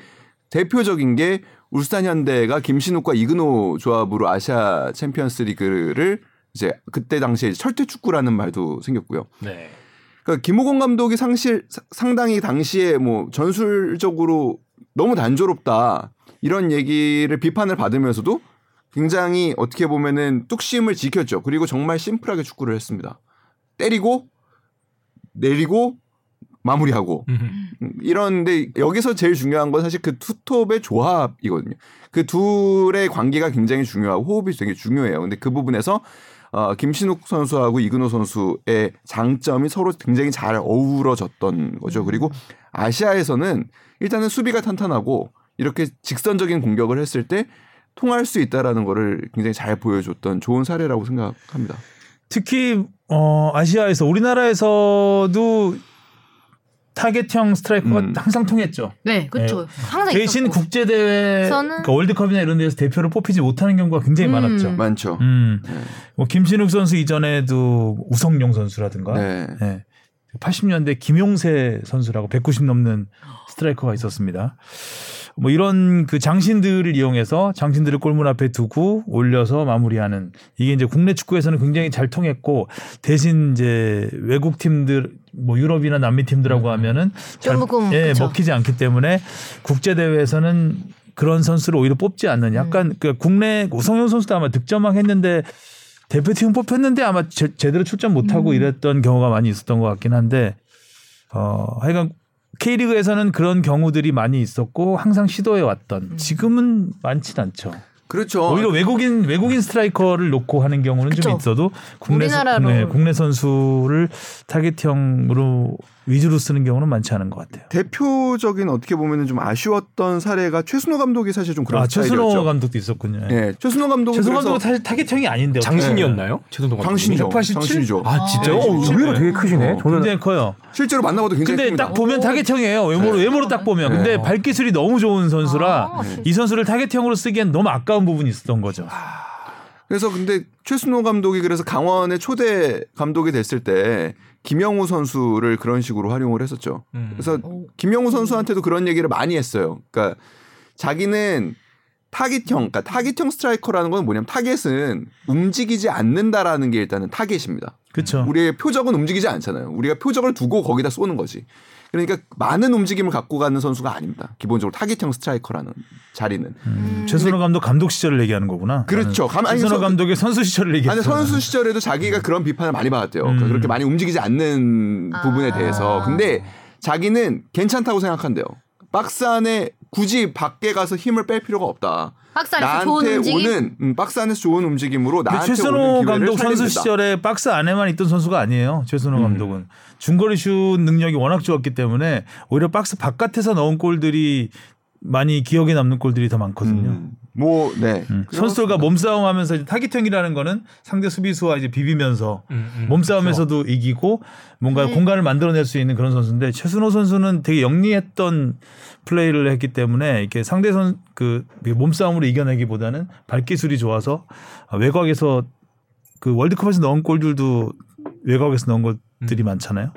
[SPEAKER 2] 대표적인 게 울산 현대가 김신욱과 이근호 조합으로 아시아 챔피언스리그를 이제 그때 당시에 철퇴 축구라는 말도 생겼고요.
[SPEAKER 4] 네.
[SPEAKER 2] 그러니까 김호곤 감독이 상실 사- 상당히 당시에 뭐 전술적으로 너무 단조롭다 이런 얘기를 비판을 받으면서도 굉장히 어떻게 보면은 뚝심을 지켰죠. 그리고 정말 심플하게 축구를 했습니다. 때리고 내리고 마무리하고 음, 이런데 여기서 제일 중요한 건 사실 그 투톱의 조합이거든요. 그 둘의 관계가 굉장히 중요하고 호흡이 되게 중요해요. 근데 그 부분에서 어, 김신욱 선수하고 이근호 선수의 장점이 서로 굉장히 잘 어우러졌던 거죠.
[SPEAKER 3] 음.
[SPEAKER 2] 그리고 아시아에서는 일단은 수비가 탄탄하고 이렇게 직선적인 공격을 했을 때 통할 수 있다라는 거를 굉장히 잘 보여줬던 좋은 사례라고 생각합니다.
[SPEAKER 3] 특히 어, 아시아에서 우리나라에서도 타겟형 스트라이커가
[SPEAKER 2] 음.
[SPEAKER 3] 항상 통했죠.
[SPEAKER 1] 네,
[SPEAKER 3] 그쵸.
[SPEAKER 1] 항상
[SPEAKER 3] 대신 국제 대회,
[SPEAKER 1] 저는-
[SPEAKER 3] 그러니까 월드컵이나 이런 데서 대표로 뽑히지 못하는 경우가
[SPEAKER 1] 음.
[SPEAKER 3] 굉장히 많았죠.
[SPEAKER 2] 많죠.
[SPEAKER 3] 음,
[SPEAKER 2] 네.
[SPEAKER 3] 뭐 김신욱 선수 이전에도 우성용 선수라든가,
[SPEAKER 2] 네.
[SPEAKER 3] 예. 80년대 김용세 선수라고 190 넘는 스트라이커가 있었습니다. 뭐 이런 그 장신들을 이용해서 장신들을 골문 앞에 두고 올려서 마무리하는 이게 이제 국내 축구에서는 굉장히 잘 통했고 대신 이제 외국 팀들 뭐 유럽이나 남미 팀들하고 하면은 잘
[SPEAKER 1] 조금,
[SPEAKER 3] 예,
[SPEAKER 1] 음. 그쵸.
[SPEAKER 3] 먹히지 않기 때문에 국제 대회에서는 그런 선수를 오히려 뽑지
[SPEAKER 1] 음.
[SPEAKER 3] 않는 약간 그 국내 우성현 선수도 아마 득점왕 했는데 대표팀 뽑혔는데 아마 제, 제대로 출전
[SPEAKER 1] 음.
[SPEAKER 3] 못하고 이랬던 경우가 많이 있었던 것 같긴 한데 어 하여간
[SPEAKER 1] 음.
[SPEAKER 3] K리그에서는 그런 경우들이 많이 있었고 항상 시도해 왔던 지금은 많진 않죠.
[SPEAKER 2] 그렇죠.
[SPEAKER 3] 오히려 외국인 외국인 스트라이커를 놓고 하는 경우는
[SPEAKER 1] 그쵸.
[SPEAKER 3] 좀 있어도 국내 선-
[SPEAKER 1] 우리나라로.
[SPEAKER 3] 네, 국내 선수를 타겟형으로 위주로 쓰는 경우는 많지 않은 것 같아요.
[SPEAKER 2] 대표적인 어떻게 보면은 좀 아쉬웠던 사례가 최순호 감독이 사실 좀 그런
[SPEAKER 3] 아 최순호
[SPEAKER 2] 스타일이었죠.
[SPEAKER 3] 감독도 있었군요. 예.
[SPEAKER 2] 예, 최순호 감독은
[SPEAKER 3] 최순호
[SPEAKER 2] 그래서
[SPEAKER 3] 감독도 사실 타겟형이 아닌데
[SPEAKER 4] 장신이었나요? 네. 최선동 감독.
[SPEAKER 2] 당신이죠.
[SPEAKER 3] 187?
[SPEAKER 2] 당신이죠.
[SPEAKER 4] 아 진짜요?
[SPEAKER 3] 네,
[SPEAKER 4] 어, 의외로 되게 크시네.
[SPEAKER 2] 어,
[SPEAKER 4] 저는
[SPEAKER 3] 굉장히 커요.
[SPEAKER 2] 실제로 만나봐도 굉장히
[SPEAKER 3] 근데
[SPEAKER 2] 큽니다.
[SPEAKER 3] 딱 보면 타겟형이에요. 외모로
[SPEAKER 2] 네. 음.
[SPEAKER 3] 외모로 딱 보면. 근데 발기술이 너무 좋은 선수라
[SPEAKER 1] 아, 네.
[SPEAKER 3] 이 선수를 타겟형으로 쓰기엔 너무 아까운 부분이 있었던 거죠.
[SPEAKER 2] 그래서 근데 최순호 감독이 그래서 강원의 초대 감독이 됐을 때 김영우 선수를 그런 식으로 활용을 했었죠.
[SPEAKER 4] 음.
[SPEAKER 2] 그래서
[SPEAKER 1] 오.
[SPEAKER 2] 김영우 선수한테도 그런 얘기를 많이 했어요. 그러니까 자기는 타깃형, 그러니까 타깃형 스트라이커라는 건 뭐냐면 타겟은 움직이지 않는다라는 게 일단은 타겟입니다.
[SPEAKER 3] 그렇죠.
[SPEAKER 2] 우리의 표적은 움직이지 않잖아요. 우리가 표적을 두고 거기다 쏘는 거지. 그러니까 많은 움직임을 갖고 가는 선수가 아닙니다. 기본적으로 타깃형 스트라이커라는 자리는.
[SPEAKER 3] 최순호 감독 감독 시절을 얘기하는 거구나.
[SPEAKER 2] 그렇죠.
[SPEAKER 3] 나는
[SPEAKER 2] 감- 아니,
[SPEAKER 3] 최순호
[SPEAKER 2] 선-
[SPEAKER 3] 음. 감독의 선수 시절을
[SPEAKER 2] 아니
[SPEAKER 3] 얘기했어.
[SPEAKER 2] 선수 시절에도 자기가 그런 비판을 많이 받았대요. 그러니까
[SPEAKER 3] 음.
[SPEAKER 2] 그렇게 많이 움직이지 않는
[SPEAKER 1] 아.
[SPEAKER 2] 부분에 대해서. 근데
[SPEAKER 3] 아.
[SPEAKER 2] 자기는 괜찮다고 생각한대요. 박스 안에 굳이 밖에 가서 힘을 뺄 필요가 없다.
[SPEAKER 1] 박스 안에서 좋은
[SPEAKER 2] 나한테
[SPEAKER 1] 움직임.
[SPEAKER 2] 오는 음, 박스 안에서 좋은 움직임으로
[SPEAKER 3] 근데
[SPEAKER 2] 나한테 오는
[SPEAKER 3] 최선호
[SPEAKER 2] 기회를
[SPEAKER 3] 감독 선수
[SPEAKER 2] 살린다. 음.
[SPEAKER 3] 시절에 박스 안에만 있던 선수가 아니에요. 최선호 감독은 중거리 슛 능력이 워낙 좋았기 때문에 오히려 박스 바깥에서 넣은 골들이 많이 기억에 남는 골들이 더 많거든요.
[SPEAKER 2] 음, 뭐 네.
[SPEAKER 3] 음. 선수들과 몸싸움하면서 이제 타깃형이라는 거는 상대 수비수와 이제 비비면서
[SPEAKER 4] 음, 네. 음.
[SPEAKER 3] 몸싸움에서도 이기고 뭔가 공간을 만들어낼 수 있는 그런 선수인데 최순호 선수는 되게 영리했던 플레이를 했기 때문에 이렇게 상대 선 그 몸싸움으로 이겨내기보다는 발기술이 좋아서 외곽에서 그 월드컵에서 넣은 골들도 외곽에서 넣은
[SPEAKER 4] 음.
[SPEAKER 3] 것들이 많잖아요.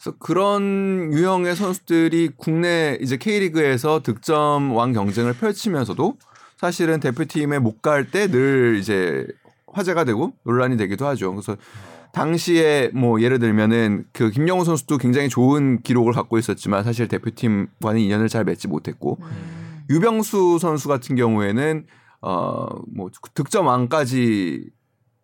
[SPEAKER 2] 그래서 그런 유형의 선수들이 국내 이제 K리그에서 득점 왕 경쟁을 펼치면서도 사실은 대표팀에 못 갈 때 늘 이제 화제가 되고 논란이 되기도 하죠. 그래서 당시에 뭐 예를 들면은 그 김영호 선수도 굉장히 좋은 기록을 갖고 있었지만 사실 대표팀과는 인연을 잘 맺지 못했고
[SPEAKER 1] 음.
[SPEAKER 2] 유병수 선수 같은 경우에는 어뭐 득점 왕까지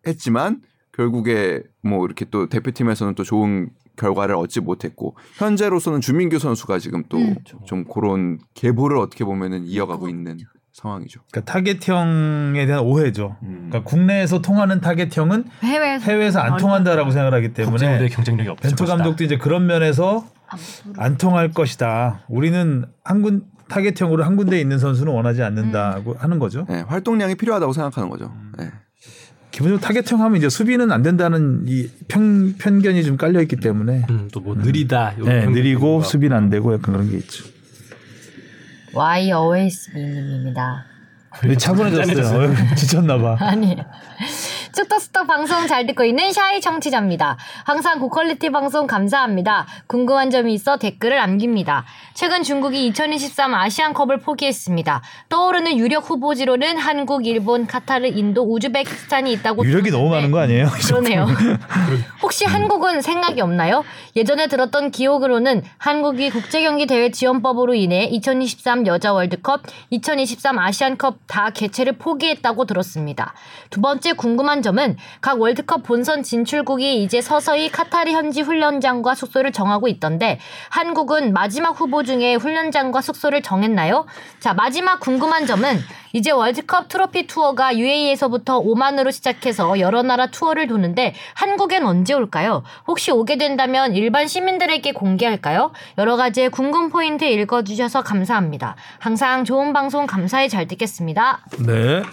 [SPEAKER 2] 했지만 결국에 뭐 이렇게 또 대표팀에서는 또 좋은 결과를 얻지 못했고 현재로서는 주민규 선수가 지금
[SPEAKER 1] 음.
[SPEAKER 2] 또 좀 그런 계보를 어떻게 보면은 이어가고 있는 상황이죠.
[SPEAKER 3] 그러니까 타겟형에 대한 오해죠.
[SPEAKER 4] 음.
[SPEAKER 3] 그러니까 국내에서 통하는 타겟형은
[SPEAKER 1] 해외에서
[SPEAKER 3] 해외에서 안
[SPEAKER 1] 아니요.
[SPEAKER 3] 통한다라고 생각하기
[SPEAKER 4] 국제무대의
[SPEAKER 3] 때문에
[SPEAKER 4] 경쟁력이 없죠.
[SPEAKER 3] 벤투 감독도 이제 그런 면에서
[SPEAKER 1] 아무튼
[SPEAKER 3] 안 통할 것이다. 우리는 한군 타겟형으로 한 군데 있는 선수는 원하지
[SPEAKER 1] 음.
[SPEAKER 3] 않는다고 하는 거죠.
[SPEAKER 2] 네, 활동량이 필요하다고 생각하는 거죠. 네.
[SPEAKER 3] 기본적으로 타겟형 하면 이제 수비는 안 된다는 이 편, 편견이 좀 깔려 있기 때문에
[SPEAKER 4] 음, 또뭐 느리다. 뭐. 이런
[SPEAKER 3] 네, 느리고
[SPEAKER 4] 평가가.
[SPEAKER 3] 수비는 안 되고 약간 그런 게 있죠.
[SPEAKER 1] Why always me님입니다.
[SPEAKER 3] 근데 네, 차분해졌어요. 어휴, 지쳤나 봐.
[SPEAKER 1] 아니. 쑥떡쑥떡 방송 잘 듣고 있는 샤이 청취자입니다. 항상 고퀄리티 방송 감사합니다. 궁금한 점이 있어 댓글을 남깁니다. 최근 중국이 2023 아시안컵을 포기했습니다. 떠오르는 유력 후보지로는 한국, 일본, 카타르, 인도, 우즈베키스탄이 있다고
[SPEAKER 3] 유력이 너무 많은 거 아니에요?
[SPEAKER 1] 그러네요. 음. 혹시 한국은 생각이 없나요? 예전에 들었던 기억으로는 한국이 국제경기 대회 지원법으로 인해 2023 여자 월드컵, 2023 아시안컵 다 개최를 포기했다고 들었습니다. 두 번째 궁금한 점은 각 월드컵 본선 진출국이 이제 서서히 카타르 현지 훈련장과 숙소를 정하고 있던데 한국은 마지막 후보 중에 훈련장과 숙소를 정했나요? 자, 마지막 궁금한 점은 이제 월드컵 트로피 투어가 UAE에서부터 오만으로 시작해서 여러 나라 투어를 도는데 한국엔 언제 올까요? 혹시 오게 된다면 일반 시민들에게 공개할까요? 여러 가지의 궁금 포인트 읽어주셔서 감사합니다. 항상 좋은 방송 감사히 잘 듣겠습니다.
[SPEAKER 3] 네.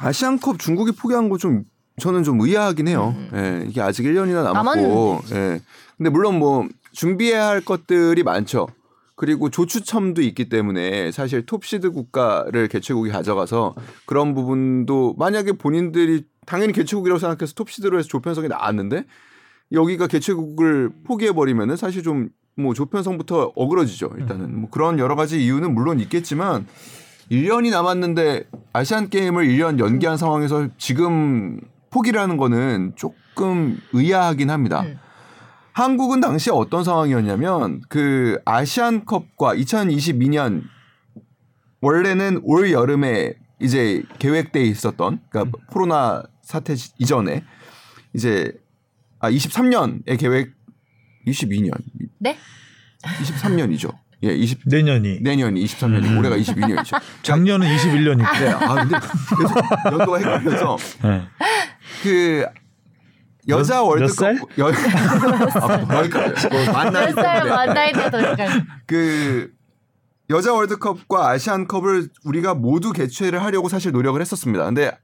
[SPEAKER 2] 아시안컵 중국이 포기한 거 좀 저는 좀 의아하긴 해요. 예, 이게 아직 1년이나 남았고. 예. 근데 물론 뭐 준비해야 할 것들이 많죠. 그리고 조추첨도 있기 때문에 사실 톱시드 국가를 개최국이 가져가서 그런 부분도 만약에 본인들이 당연히 개최국이라고 생각해서 톱시드로 해서 조편성이 나왔는데 여기가 개최국을 포기해 버리면은 사실 좀 뭐 조편성부터 어그러지죠. 일단은 뭐 그런 여러 가지 이유는 물론 있겠지만 1년이 남았는데 아시안 게임을 1년 연기한 상황에서 지금 포기라는 거는 조금 의아하긴 합니다.
[SPEAKER 1] 음.
[SPEAKER 2] 한국은 당시에 어떤 상황이었냐면 그 아시안컵과 2022년 원래는 올 여름에 이제 계획돼 있었던 그러니까 코로나 사태 시- 이전에 이제 아 23년의 계획 22년
[SPEAKER 1] 네?
[SPEAKER 2] 23년이죠. 예, 20
[SPEAKER 3] 내년이
[SPEAKER 2] 내년 23년이 고 올해가 22년이죠.
[SPEAKER 3] 작년은 21년이고.
[SPEAKER 2] 네, 아 근데 계속 연도가 헷갈려서
[SPEAKER 3] 네.
[SPEAKER 2] 그 여자
[SPEAKER 3] 몇
[SPEAKER 2] 월드컵
[SPEAKER 3] 살?
[SPEAKER 2] 여, 아, 그러니까요. 뭐 만나기
[SPEAKER 1] 몇살
[SPEAKER 2] 때문에.
[SPEAKER 1] 만날 때도 약간
[SPEAKER 2] 그 여자 월드컵과 아시안컵을 우리가 모두 개최를 하려고 사실 노력을 했었습니다. 근데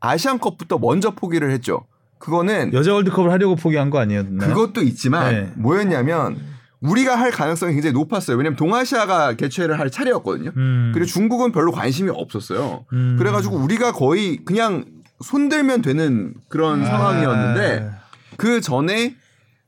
[SPEAKER 2] 아시안컵부터 먼저 포기를 했죠. 그거는
[SPEAKER 3] 여자 월드컵을 하려고 포기한 거 아니었나요?
[SPEAKER 2] 그것도 있지만
[SPEAKER 3] 네.
[SPEAKER 2] 뭐였냐면 우리가 할 가능성이 굉장히 높았어요. 왜냐면 동아시아가 개최를 할 차례였거든요.
[SPEAKER 3] 음.
[SPEAKER 2] 그리고 중국은 별로 관심이 없었어요.
[SPEAKER 3] 음.
[SPEAKER 2] 그래가지고 우리가 거의 그냥 손들면 되는 그런
[SPEAKER 3] 아.
[SPEAKER 2] 상황이었는데 그 전에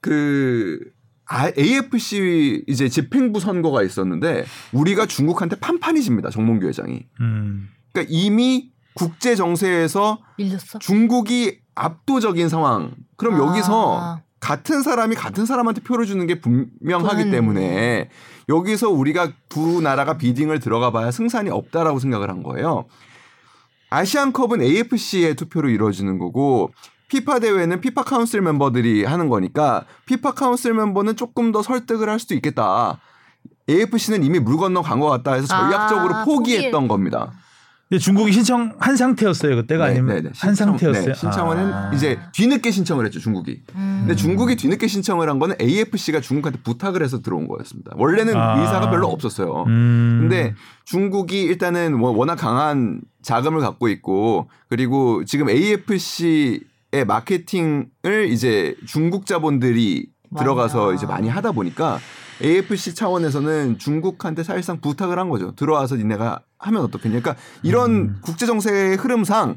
[SPEAKER 2] 그 아- AFC 이제 집행부 선거가 있었는데 우리가 중국한테 판판이 집니다 정몽규 회장이.
[SPEAKER 3] 음.
[SPEAKER 2] 그러니까 이미 국제 정세에서
[SPEAKER 1] 밀렸어.
[SPEAKER 2] 중국이 압도적인 상황. 그럼
[SPEAKER 1] 아.
[SPEAKER 2] 여기서 같은 사람이 같은 사람한테 표를 주는 게 분명하기
[SPEAKER 1] 음.
[SPEAKER 2] 때문에 여기서 우리가 두 나라가 비딩을 들어가 봐야 승산이 없다라고 생각을 한 거예요. 아시안컵은 AFC의 투표로 이루어지는 거고 피파 대회는 피파 카운슬 멤버들이 하는 거니까 피파 카운슬 멤버는 조금 더 설득을 할 수도 있겠다. AFC는 이미 물 건너 간 것 같다 해서 전략적으로
[SPEAKER 1] 아,
[SPEAKER 2] 포기했던 겁니다.
[SPEAKER 3] 근데 중국이 신청한 상태였어요 그때가
[SPEAKER 2] 네,
[SPEAKER 3] 아니면
[SPEAKER 2] 네, 네.
[SPEAKER 3] 한
[SPEAKER 2] 신청-
[SPEAKER 3] 상태였어요.
[SPEAKER 2] 네, 신청은
[SPEAKER 3] 아.
[SPEAKER 2] 했- 이제 뒤늦게 신청을 했죠 중국이.
[SPEAKER 1] 음.
[SPEAKER 2] 근데 중국이 뒤늦게 신청을 한 거는 AFC가 중국한테 부탁을 해서 들어온 거였습니다. 원래는
[SPEAKER 3] 아.
[SPEAKER 2] 의사가 별로 없었어요.
[SPEAKER 3] 음.
[SPEAKER 2] 뭐. 근데 중국이 일단은 워- 워낙 강한 자금을 갖고 있고 그리고 지금 AFC의 마케팅을 이제 중국 자본들이
[SPEAKER 1] 맞아.
[SPEAKER 2] 들어가서 이제 많이 하다 보니까 AFC 차원에서는 중국한테 사실상 부탁을 한 거죠. 들어와서 니네가 하면 어떻겠냐. 그러니까 이런
[SPEAKER 1] 음.
[SPEAKER 2] 국제 정세의 흐름상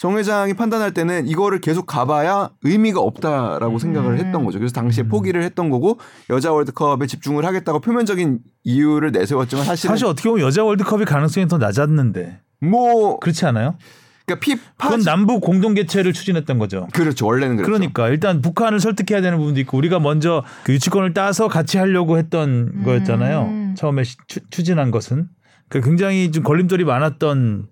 [SPEAKER 2] 정 회장이 판단할 때는 이거를 계속 가봐야 의미가 없다라고
[SPEAKER 1] 음.
[SPEAKER 2] 생각을 했던 거죠. 그래서 당시에 포기를 했던 거고 여자 월드컵에 집중을 하겠다고 표면적인 이유를 내세웠지만 사실은
[SPEAKER 3] 사실 어떻게 보면 여자 월드컵이 가능성이 더 낮았는데
[SPEAKER 2] 뭐
[SPEAKER 3] 그렇지 않아요?
[SPEAKER 2] 그러니까 피파
[SPEAKER 3] 그건 남북 공동 개최를 추진했던 거죠.
[SPEAKER 2] 그렇죠 원래는 그렇죠.
[SPEAKER 3] 그러니까 일단 북한을 설득해야 되는 부분도 있고 우리가 먼저 그 유치권을 따서 같이 하려고 했던
[SPEAKER 1] 음.
[SPEAKER 3] 거였잖아요. 처음에 시- 추, 진한 것은 그 굉장히 좀 걸림돌이 많았던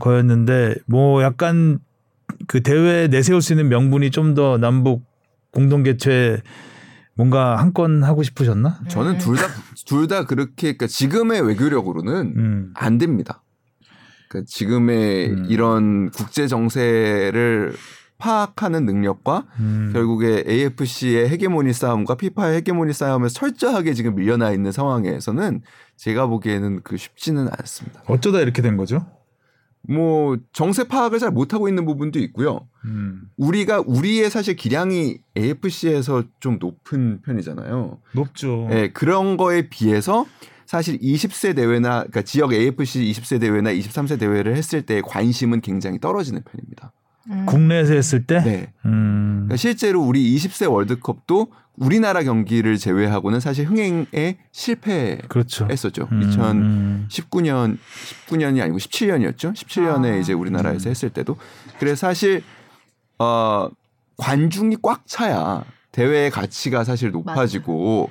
[SPEAKER 3] 거였는데 뭐 약간 그 대회 에 내세울 수 있는 명분이 좀 더 남북 공동 개최 뭔가 한 건 하고 싶으셨나?
[SPEAKER 2] 저는 둘 다 둘 다 그렇게 그러니까 지금의 외교력으로는
[SPEAKER 3] 음.
[SPEAKER 2] 안 됩니다. 그러니까 지금의
[SPEAKER 3] 음.
[SPEAKER 2] 이런 국제 정세를 파악하는 능력과
[SPEAKER 3] 음.
[SPEAKER 2] 결국에 AFC의 헤게모니 싸움과 피파의 헤게모니 싸움에서 철저하게 지금 밀려나 있는 상황에서는 제가 보기에는 그 쉽지는 않습니다.
[SPEAKER 3] 어쩌다 이렇게 된 거죠?
[SPEAKER 2] 뭐 정세 파악을 잘 못하고 있는 부분도 있고요.
[SPEAKER 3] 음.
[SPEAKER 2] 우리가 우리의 사실 기량이 AFC에서 좀 높은 편이잖아요.
[SPEAKER 3] 높죠.
[SPEAKER 2] 예, 그런 거에 비해서 사실 20세 대회나 그러니까 지역 AFC 20세 대회나 23세 대회를 했을 때의 관심은 굉장히 떨어지는 편입니다.
[SPEAKER 1] 음.
[SPEAKER 3] 국내에서 했을 때
[SPEAKER 2] 네.
[SPEAKER 3] 음.
[SPEAKER 2] 그러니까 실제로 우리 20세 월드컵도 우리나라 경기를 제외하고는 사실 흥행에 실패했었죠.
[SPEAKER 3] 그렇죠. 음.
[SPEAKER 2] 2019년 19년이 아니고 17년이었죠. 17년에
[SPEAKER 1] 아.
[SPEAKER 2] 이제 우리나라에서
[SPEAKER 3] 음.
[SPEAKER 2] 했을 때도 그래서 사실 어 관중이 꽉 차야 대회의 가치가 사실 높아지고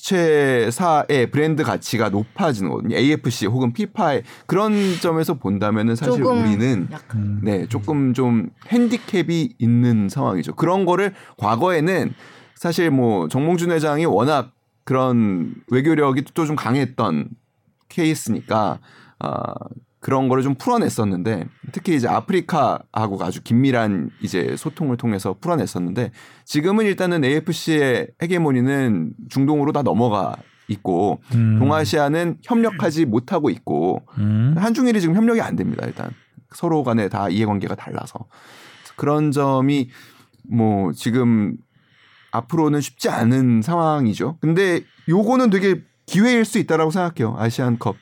[SPEAKER 2] 주최사의 브랜드 가치가 높아지는 거거든요. AFC 혹은 피파의 그런 점에서 본다면은 사실
[SPEAKER 1] 조금
[SPEAKER 2] 우리는
[SPEAKER 1] 약간
[SPEAKER 3] 음.
[SPEAKER 2] 네, 조금 좀 핸디캡이 있는 상황이죠. 그런 거를 과거에는 사실 뭐 정몽준 회장이 워낙 그런 외교력이 또 좀 강했던 케이스니까 아, 그런 거를 좀 풀어냈었는데 특히 이제 아프리카하고 아주 긴밀한 이제 소통을 통해서 풀어냈었는데 지금은 일단은 AFC의 헤게모니는 중동으로 다 넘어가 있고
[SPEAKER 3] 음.
[SPEAKER 2] 동아시아는 협력하지 못하고 있고
[SPEAKER 3] 음.
[SPEAKER 2] 한중일이 지금 협력이 안 됩니다. 일단 서로 간에 다 이해관계가 달라서 그런 점이 뭐 지금 앞으로는 쉽지 않은 상황이죠. 근데 요거는 되게 기회일 수 있다라고 생각해요. 아시안컵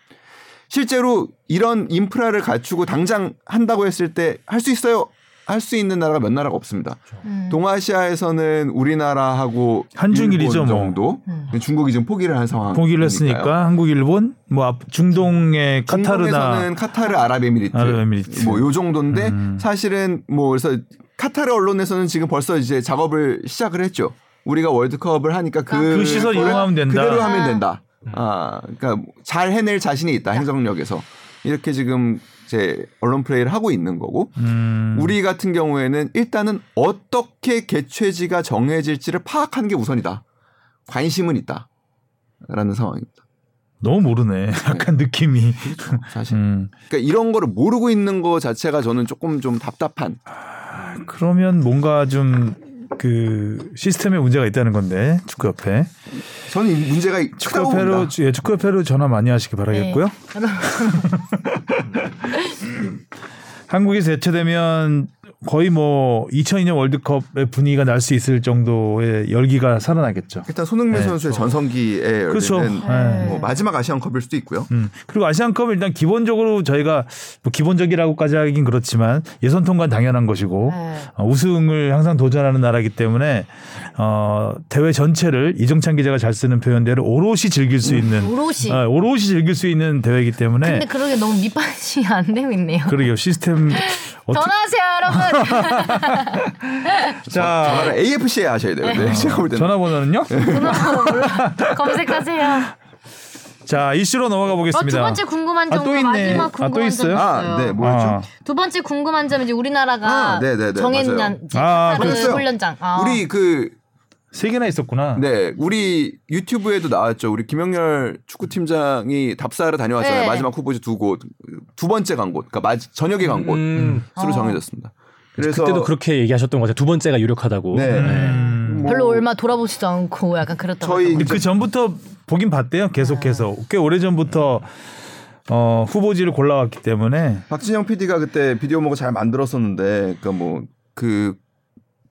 [SPEAKER 2] 실제로 이런 인프라를 갖추고 당장 한다고 했을 때 할 수 있어요. 할 수 있는 나라가 몇 나라가 없습니다.
[SPEAKER 1] 음.
[SPEAKER 2] 동아시아에는 우리나라하고
[SPEAKER 3] 네. 한중일이죠,
[SPEAKER 2] 일본
[SPEAKER 3] 뭐.
[SPEAKER 2] 정도.
[SPEAKER 1] 음.
[SPEAKER 2] 중국이 지금 포기를 한 상황.
[SPEAKER 3] 포기를 했으니까 한국, 일본, 뭐 앞- 중동의 카타르나
[SPEAKER 2] 중동에서는 카타르 아랍에미리트,
[SPEAKER 3] 아랍에미리트.
[SPEAKER 2] 뭐 요 정도인데
[SPEAKER 3] 음.
[SPEAKER 2] 사실은 뭐 그래서 카타르 언론에서는 지금 벌써 이제 작업을 시작을 했죠. 우리가 월드컵을 하니까 그,
[SPEAKER 3] 그 시설
[SPEAKER 2] 거를
[SPEAKER 3] 이용하면 된다.
[SPEAKER 2] 그대로 하면 된다. 아, 그러니까 잘 해낼 자신이 있다 행정력에서 이렇게 지금 제 언론 플레이를 하고 있는 거고
[SPEAKER 3] 음.
[SPEAKER 2] 우리 같은 경우에는 일단은 어떻게 개최지가 정해질지를 파악하는 게 우선이다. 관심은 있다. 라는 상황입니다.
[SPEAKER 3] 너무 모르네. 약간 느낌이.
[SPEAKER 2] 그렇죠. 사실
[SPEAKER 3] 음.
[SPEAKER 2] 그러니까 이런 거를 모르고 있는 거 자체가 저는 조금 좀 답답한
[SPEAKER 3] 그러면 뭔가 좀 그 시스템에 문제가 있다는 건데 축구협회
[SPEAKER 2] 저는 이 문제가 크다고
[SPEAKER 3] 축구협회로
[SPEAKER 2] 봅니다.
[SPEAKER 3] 주- 예, 축구협회로 전화 많이 하시기 바라겠고요. 한국이 대체되면 거의 뭐 2002년 월드컵의 분위기가 날 수 있을 정도의 열기가 살아나겠죠.
[SPEAKER 2] 일단 손흥민
[SPEAKER 3] 네,
[SPEAKER 2] 선수의 전성기에
[SPEAKER 3] 그렇죠.
[SPEAKER 2] 열리는
[SPEAKER 1] 네.
[SPEAKER 2] 뭐 마지막 아시안컵일 수도 있고요.
[SPEAKER 3] 음. 그리고 아시안컵 일단 기본적으로 저희가 뭐 기본적이라고까지 하긴 그렇지만 예선 통과는 당연한 것이고
[SPEAKER 1] 네.
[SPEAKER 3] 어, 우승을 항상 도전하는 나라이기 때문에 어, 대회 전체를 이정찬 기자가 잘 쓰는 표현대로 오롯이 즐길 수 있는
[SPEAKER 1] 음, 오롯이.
[SPEAKER 3] 어, 오롯이 즐길 수 있는 대회이기 때문에
[SPEAKER 1] 근데 그러게 너무 밑반이 안 되고 있네요.
[SPEAKER 3] 그러게요 시스템 어떻게
[SPEAKER 1] 전화하세요, 여러분.
[SPEAKER 3] 자
[SPEAKER 2] 뭐 전화를 AFC에 하셔야 돼요. 네, 제가 볼 때는.
[SPEAKER 3] 전화번호는요?
[SPEAKER 2] 네.
[SPEAKER 1] 검색하세요.
[SPEAKER 3] 자 이슈로 넘어가
[SPEAKER 1] 어, 두
[SPEAKER 3] 보겠습니다.
[SPEAKER 1] 번째 궁금한
[SPEAKER 3] 아,
[SPEAKER 1] 점,
[SPEAKER 3] 또 있네. 아,
[SPEAKER 1] 마지막
[SPEAKER 3] 또
[SPEAKER 1] 궁금한 점
[SPEAKER 3] 있어요?
[SPEAKER 1] 있어요.
[SPEAKER 2] 아, 네, 뭐였죠?
[SPEAKER 3] 아.
[SPEAKER 1] 두 번째 궁금한 점은 이제 우리나라가
[SPEAKER 2] 아, 네네네, 맞아요.
[SPEAKER 1] 정했는지
[SPEAKER 3] 아,
[SPEAKER 1] 카타르
[SPEAKER 2] 그랬어요.
[SPEAKER 1] 훈련장. 아.
[SPEAKER 2] 우리 그
[SPEAKER 3] 세 개나 있었구나.
[SPEAKER 2] 네, 우리 유튜브에도 나왔죠. 우리 김영렬 축구팀장이 답사를 다녀왔잖아요.
[SPEAKER 1] 네.
[SPEAKER 2] 마지막 후보지 두 곳, 두 번째 간 곳, 그러니까 마, 저녁에 간 곳으로
[SPEAKER 4] 음.
[SPEAKER 1] 어.
[SPEAKER 2] 정해졌습니다. 그래서
[SPEAKER 4] 그때도 그렇게 얘기하셨던 것 같아요. 두 번째가 유력하다고.
[SPEAKER 2] 네,
[SPEAKER 3] 음.
[SPEAKER 2] 뭐
[SPEAKER 1] 별로 얼마 돌아보지도 않고 약간 그랬다고.
[SPEAKER 2] 저희
[SPEAKER 3] 근데 그 전부터 보긴 봤대요. 계속해서
[SPEAKER 1] 네.
[SPEAKER 3] 꽤 오래 전부터 어, 후보지를 골라왔기 때문에
[SPEAKER 2] 박진영 PD가 그때 비디오 먹고 잘 만들었었는데, 그러니까 뭐 그